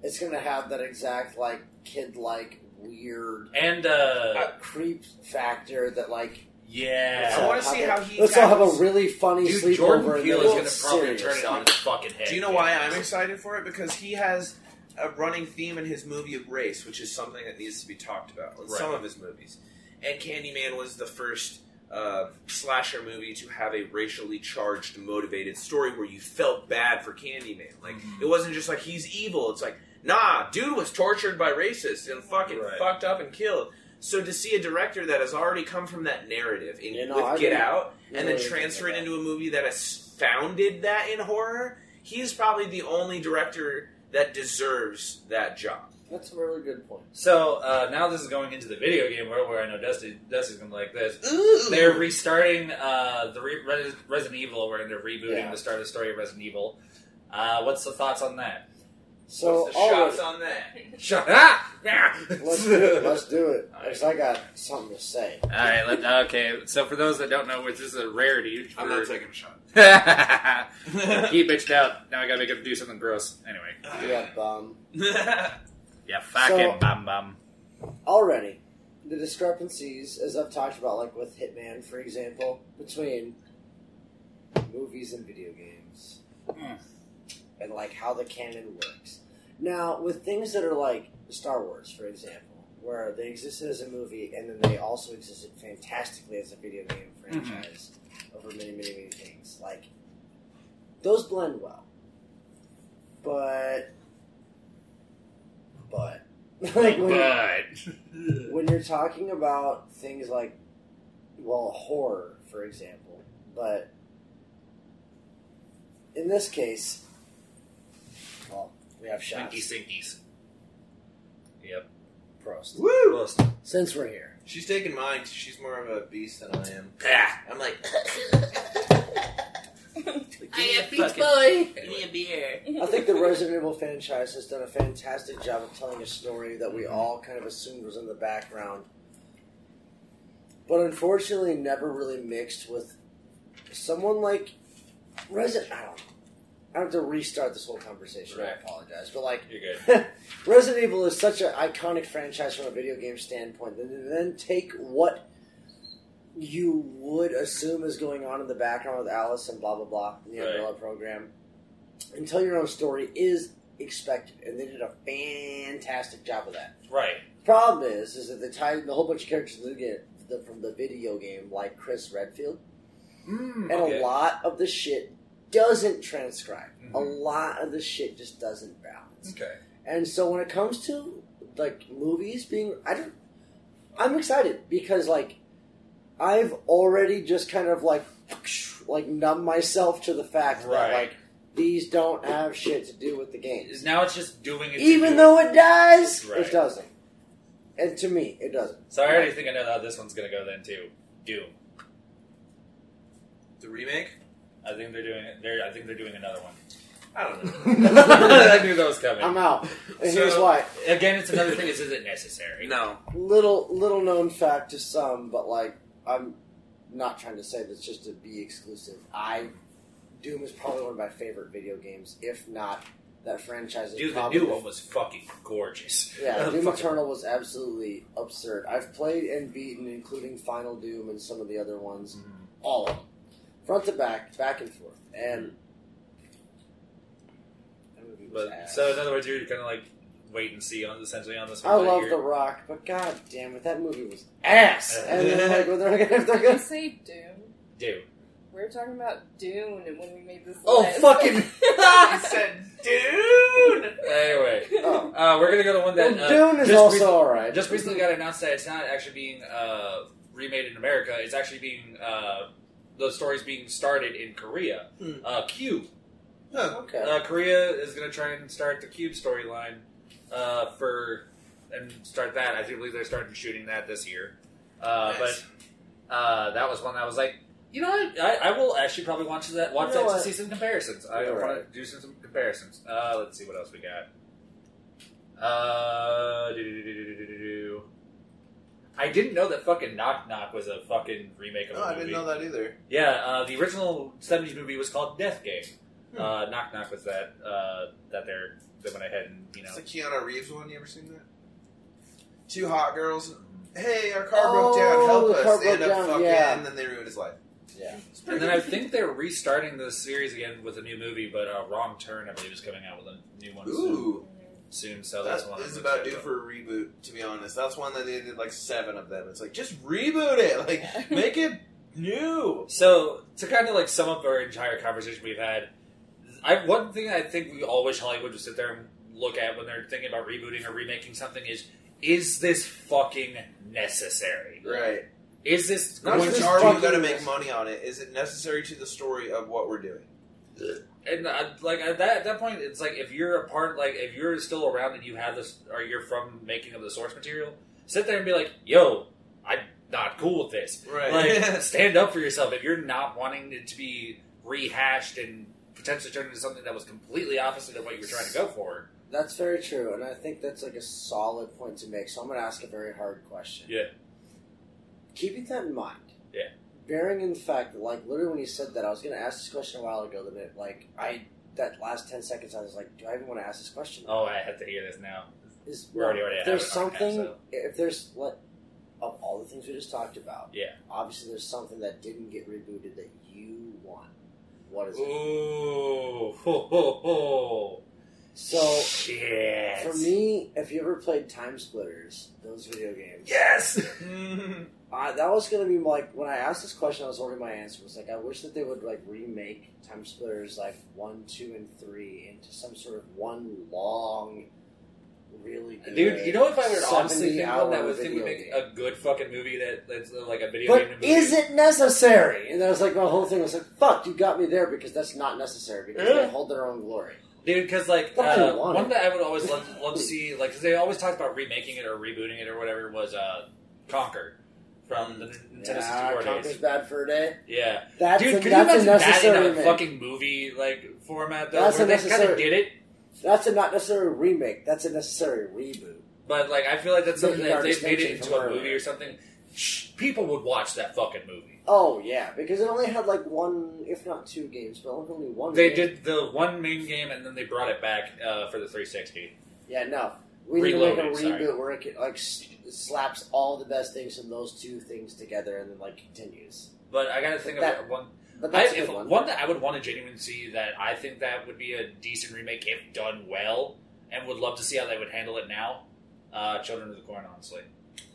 it's gonna have that exact like kid like weird And uh, creep factor that like yeah, let's I all wanna have see a- how he let's all have a tackles- really funny Dude, sleepover. Jordan and Peele then is it's going to probably serious. turn it on his fucking head. Do you know why I'm excited for it? Because he has a running theme in his movie of race, which is something that needs to be talked about in Right. some of his movies. And Candyman was the first uh, slasher movie to have a racially charged, motivated story where you felt bad for Candyman. Like Mhm. it wasn't just like he's evil. It's like nah, dude was tortured by racists and fucking Right. fucked up and killed. So to see a director that has already come from that narrative in, You know, with I Get didn't Out and then Really transfer it good. into a movie that has founded that in horror, he's probably the only director that deserves that job. That's a really good point. So uh, now this is going into the video game world where I know Dusty Dusty's going to like this. Ooh, They're restarting uh, the re- Res- Resident Evil. We're into rebooting Yeah. the start of the story of Resident Evil. Uh, what's the thoughts on that? So What's the always, shots on that. Shut up! Let's let's let's do it. 'cause I got something to say. All right. Let, okay. So for those that don't know, which is a rarity. For, taking a shot. he bitched out. Now I gotta make him do something gross. Anyway. Yeah, bum. Yeah. Fucking So- bum bum. already the discrepancies as i've talked about like with hitman for example between movies and video games Mm. and like how the canon works now with things that are like star wars for example where they existed as a movie and then they also existed fantastically as a video game franchise over many many many things like those blend well but but like when you- when you're talking about things like, well, horror, for example, but in this case, well, we have shots. Shinky sinkies. Yep. Prost. Woo! Close. Since we're here, She's taking mine. 'cause She's more of a beast than I am. Ah, I'm like, I am Beach Fucking- Boy. Give Anyway. me a beer. I think the Resident Evil franchise has done a fantastic job of telling a story that we all kind of assumed was in the background, but unfortunately, never really mixed with someone like Resident. I don't. know. I have to restart this whole conversation. Right. I apologize, but like. you're good. Resident Evil is such an iconic franchise from a video game standpoint that to then take what you would assume is going on in the background with Alice and blah blah blah, and the Right. Umbrella Program, and tell your own story is expected, and they did a fantastic job of that. Right. Problem is, is that they tied the whole bunch of characters in the game, the, from the video game, like Chris Redfield, Mm, and okay. a lot of the shit doesn't transcribe. A Mhm. lot of the shit just doesn't balance. Okay. And so when it comes to like movies being, I don't, I'm excited because like I've already just kind of like like numb myself to the fact that Right. like these don't have shit to do with the game. Is now it's just doing it. to Even do though it does, Right. it doesn't. And to me, it doesn't. So I already think I know how this one's gonna go then too. Doom. The remake? I think they're doing. They're. I think they're doing another one. I don't know. I knew that was coming. I'm out. And here's So- why. Again, it's another thing. Is is it necessary? No. Little little known fact to some, but like I'm not trying to say this just to be exclusive. I Doom is probably one of my favorite video games, if not that franchise is Dude, the probably new one was fucking gorgeous. Yeah, Doom Fucking- Eternal was absolutely absurd. I've played and beaten, including Final Doom and some of the other ones, Mm-hmm. all of them, front to back, back and forth, and. that movie was But ass. so in other words, you're kind of like wait and see on essentially on this one. I like, love you're- The Rock, but god damn it, that movie was ass. And then like when they're gonna, if they're Did I gonna say Doom? Dude, We were talking about Dune and when we made this. Oh, list. fucking- I said, dude! Anyway, Oh. uh, we're gonna go to one that uh, Well, Dune is just also recent- I alright. just recently got announced that it's not actually being uh, remade in America. It's actually being uh, the story's being started in Korea. Hmm. Uh, Cube. Huh. Okay. Uh, Korea is going to try and start the Cube storyline uh, for and start that. I do believe they're starting shooting that this year. Uh, Nice. But uh, that was one that was like, you know, what? I, I will actually probably watch that. Watch You know that to what? see some comparisons. I You're want to right. do some, some comparisons. Uh, let's see what else we got. Uh, do-do-do-do-do-do-do. I didn't know that fucking Knock Knock was a fucking remake of Oh, No, a Oh, I movie. didn't know that either. Yeah, uh, the original '70s movie was called Death Game. Hmm. Uh, Knock Knock was that uh, that they're they went ahead and you know. It's the Keanu Reeves one. You ever seen that? Two hot girls. Hey, our car Oh, broke down. Help the us. car They end broke up down, fucking, yeah. and then they ruined his life. Yeah. It's pretty and then I good. think they're restarting the series again with a new movie, but uh, Wrong Turn I believe is coming out with a new one soon, Ooh, soon. So that's that one I'm is about excited due for a reboot. To be honest, that's one that they did like seven of them. It's like just reboot it. Like make it new. So to kind of like sum up our entire conversation we've had, I one thing I think we all wish Hollywood would sit there and look at when they're thinking about rebooting or remaking something is: is this fucking necessary? Right. Is this Not going just to just are do we going fucking- to make money on it? Is it necessary to the story of what we're doing? and uh, like at that, at that point, it's like if you're a part, like if you're still around and you have this, or you're from making of the source material, sit there and be like, "Yo, I'm not cool with this." Like, stand up for yourself. If you're not wanting it to be rehashed and potentially turned into something that was completely opposite of what you were trying to go for, That's very true, and I think that's like a solid point to make. So I'm going to ask a very hard question. Yeah. Keeping that in mind. Yeah. Bearing in the fact that, like, literally when you said that, I was going to ask this question a while ago. That it, like, I that last ten seconds, I was like, do I even want to ask this question? oh, I have to hear this now. Is- we're already- already if there's have it on hand, something. so. If there's what of all the things we just talked about, Yeah. Obviously, there's something that didn't get rebooted that you want. What is it? Ooh, ho, ho, ho. So shit. for me, if you ever played Time Splitters, those video games, yes. I, that was going to be like when I asked this question, I was already my answer was like, I wish that they would like remake Time Splitters like one, two, and three into some sort of one long, really good. Dude, you know if I would honestly think about that 70-hour would think would video make game. a good fucking movie that that's uh, like a video game But movie. is it necessary? And that was like my whole thing was like, fuck, you got me there because that's not necessary because Yeah. they hold their own glory. Dude, because like Fucking uh, want one it. that I would always love, love to see, like 'cause they always talked about remaking it or rebooting it or whatever, was uh, Conquer from the Nintendo Yeah, 64 Conker's days. bad for a day. Yeah, That's dude, a, could you that's imagine a that in necessary a remake. fucking movie like format though? That's where a they kind of necessary- did it, That's a not necessary remake. That's a necessary reboot. but like I feel like that's something Making that our if they made it distinction into from a earlier. movie or something, shh, people would watch that fucking movie. Oh yeah, because it only had like one, if not two games, but only one. They game. did the one main game and then they brought it back uh, for the 360. Yeah, no. We need to Reloaded, make a sorry. reboot where it can, like s- slaps all the best things from those two things together and then like continues. But I gotta think That- of one. But I, that's a if good one. that I would want to genuinely see that I think that would be a decent remake if done well, and would love to see how they would handle it now. Uh, Children of the Corn, honestly,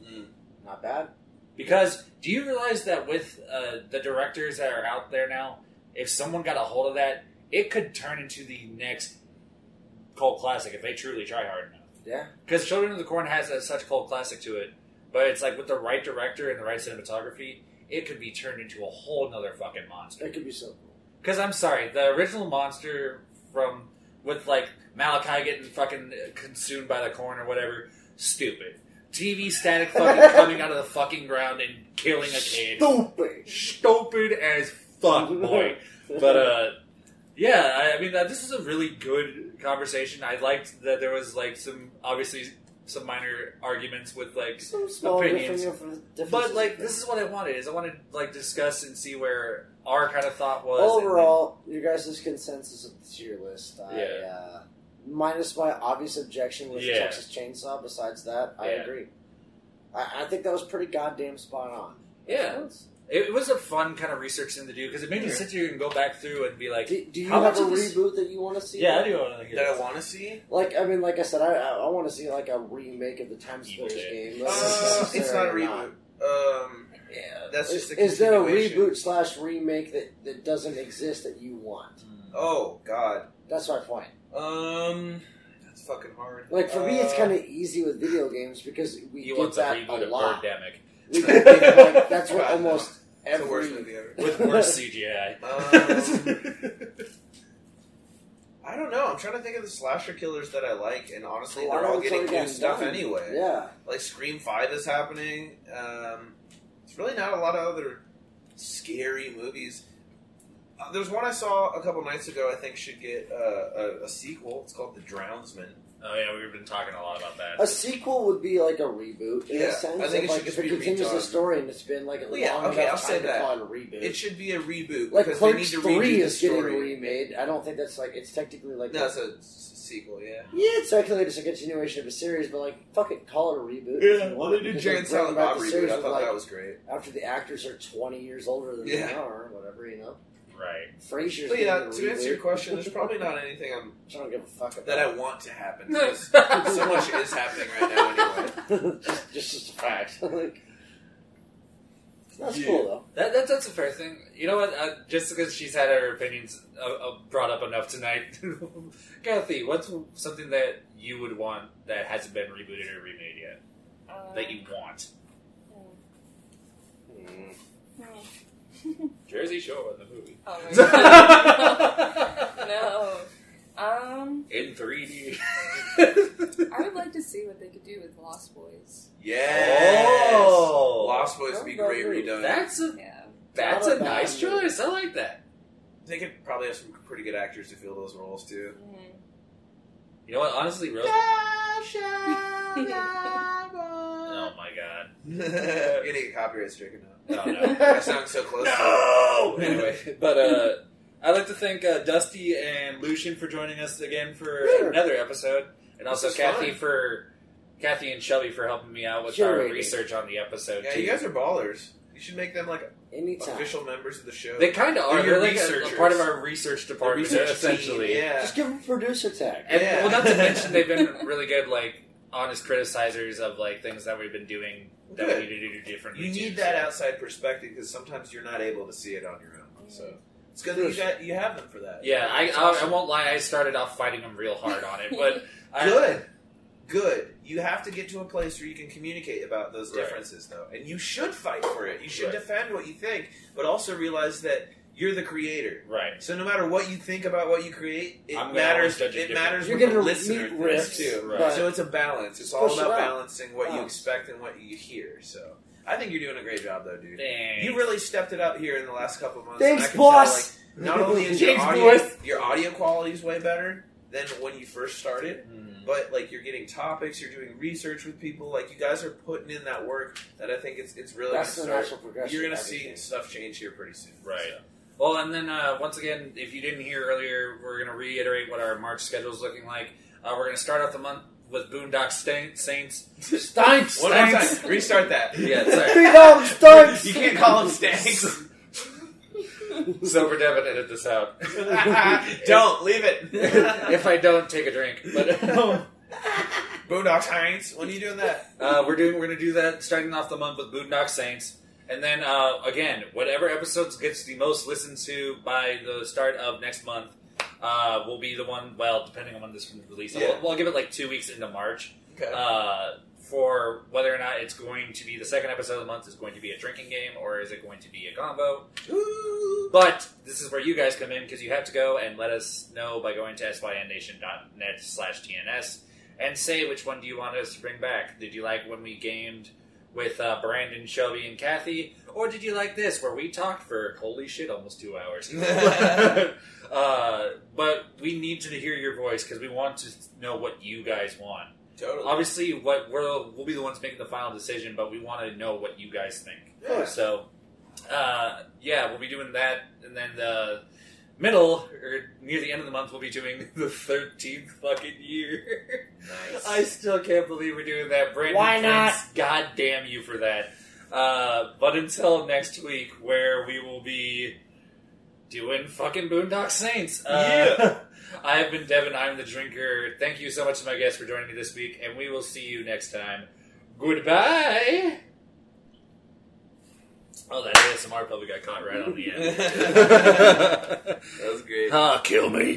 mm, Not bad. because do you realize that with uh, the directors that are out there now, if someone got a hold of that, it could turn into the next cult classic if they truly try hard enough. Yeah. Because Children of the Corn has a, such cult classic to it, but it's like with the right director and the right cinematography, it could be turned into a whole nother fucking monster. That could be so cool. Because I'm sorry, the original monster from with like Malachi getting fucking consumed by the corn or whatever, stupid. TV static fucking coming out of the fucking ground and killing a kid, Stupid. stupid as fuck, boy. But uh, yeah, I, I mean, uh, this is a really good conversation. I liked that there was like some obviously some minor arguments with like some small opinions. difference- differences. but like this is what I wanted is I wanted to like discuss and see where our kind of thought was and, like, Overall, your guys' consensus of the tier list. I, Yeah. uh, minus my obvious objection with Yeah. Texas Chainsaw. Besides that, I Yeah. agree. I, I think that was pretty goddamn spot on. Yeah. it, it was a fun kind of research thing to do because it made me Yeah. sit here and go back through and be like, Do, do you How have much a of this- reboot that you want to see? yeah, I do want to hear that I this. want to see. Like I mean, like I said, I I, I want to see like a remake of the Time Evil Splitters Dead. game. whether Uh, it's not a necessary or reboot. Um, Yeah. that's Is, just a is there a continuation. reboot slash remake that, that doesn't exist that you want? Oh God. That's my point. Um, that's fucking hard. Like for me, it's Uh, kind of easy with video games because we He did wants a that a reboot of lot. Birdemic We did, like, that's what God, almost it's the worst every movie ever. with worse CGI. Um, I don't know. I'm trying to think of the slasher killers that I like, and honestly, A lot they're of all it's getting already new gotten stuff done. anyway. Yeah, Like Scream Five is happening. Um, it's really not a lot of other scary movies. Uh, there's one I saw a couple nights ago. I think should get uh, a, a sequel. It's called The Drownsman. Oh yeah, we've been talking a lot about that. a sequel would be like a reboot in Yeah, a sense. I think of, it like, should just if be it continues the redone. story and it's been like a long Well, yeah, okay, enough I'll say time to that. call it a reboot. It should be a reboot like because Clerks they need to Three redo is the getting story. remade. I don't think that's like it's technically like No, a- it's a s- sequel. Yeah. Yeah, it's technically just a continuation of a series, but like, fuck it, call it a reboot. if you want. they did Because Jay they're and bringing back Silent Bob the reboot. series I with, thought like, that was great. after the actors are twenty years older than they Yeah. are, or whatever, you know. Right. Frasier's. But getting yeah, a to answer your reboot. question, there's probably not anything I'm, I don't give a fuck about that I want to happen. 'cause so so much is happening right now anyway. just, just as a fact. like, that's Yeah. cool though. That, that that's a fair thing. You know what? Uh, just because she's had her opinions uh, uh, brought up enough tonight, Kathy, what's something that you would want that hasn't been rebooted or remade yet Um, that you want? no. Jersey Shore in the movie. oh my god. no. no. Um, In 3D. I would like to see what they could do with Lost Boys. Yes. Oh. Lost Boys would be great redone. That's a Yeah. that's Not a a bad nice movie. choice. I like that. They could probably have some pretty good actors to fill those roles too. Mhm. You know what? Honestly, Rose. Oh my god. You're gonna get copyright stricken now. No, no. I sound so close. No. Oh, Anyway, but uh, I'd like to thank uh, Dusty and Lucian for joining us again for Sure. another episode, and also was Kathy fun. for Kathy and Shelby for helping me out with our Curating. research on the episode. Yeah, too. you guys are ballers. You should make them like Anytime. official members of the show. they kind of are. They're your They're like a- a, researchers. part of our research The department, research essentially. team, Yeah. Just give him a producer tag. And Yeah. well, not to mention they've been really good, like honest criticizers of like things that we've been doing that Good. we need to do differently. You too, need that so. outside perspective because sometimes you're not able to see it on your own. So it's good that you Sure. got you have them for that. Yeah, I, It's I, I awesome. won't lie. I started off fighting them real hard on it, but I, good, good. You have to get to a place where you can communicate about those Right. differences, though, and you should fight for it. You should Right. defend what you think, but also realize that you're the creator. Right. So no matter what you think about what you create, it I'm gonna always matters. judge it It matters You're what the gonna listener meet thinks risks, too. right. but- So it's a balance. It's Just all push it about out. balancing what you Balance. expect and what you hear. So I think you're doing a great job, though, dude. Thanks. You really stepped it up here in the last couple of months. Thanks, and I can boss. Tell, like, not only is your Thanks, audio, boss. your audio quality is way better than when you first started, Mm. but like you're getting topics, you're doing research with people. Like you guys are putting in that work that I think it's it's really That's the gonna natural start. progression. You're gonna of see everything. stuff change here pretty soon. Right. So. Well, and then uh, once again, if you didn't hear earlier, we're going to reiterate what our March schedule is looking like. Uh, we're going to start off the month with Boondock Stain- Saints. Stunts. One more time. Restart that. Yeah, Three dollars stunts. You can't call them stanks. So we're definitely edit this out. Don't leave it. if I don't, take a drink. But Boondock Heinz, when are you doing that? uh, we're doing we're going to do that starting off the month with Boondock Saints, and then uh, again, whatever episodes gets the most listened to by the start of next month. Uh, will be the one. Well, depending on when this one's released, Yeah. we'll, we'll give it like two weeks into March. Okay. uh, for whether or not it's going to be the second episode of the month is going to be a drinking game or is it going to be a combo. But this is where you guys come in because you have to go and let us know by going to synnation.net slash TNS and say which one do you want us to bring back. Did you like when we gamed with uh, Brandon, Shelby, and Kathy? Or did you like this where we talked for, holy shit, almost two hours? uh, but we need to hear your voice because we want to know what you guys want Totally. obviously what we're we'll be the ones making the final decision but we want to know what you guys think Yeah. so uh, yeah we'll be doing that and then the middle or near the end of the month we'll be doing the 13th fucking year i still can't believe we're doing that brandon Why not? Prince, god damn you for that uh, but until next week where we will be doing fucking boondock saints uh, Yeah. I have been Devin. I'm the drinker. Thank you so much to my guests for joining me this week, and we will see you next time. Goodbye. Oh, that ASMR probably got caught right on the end. that was great. Ah, kill me.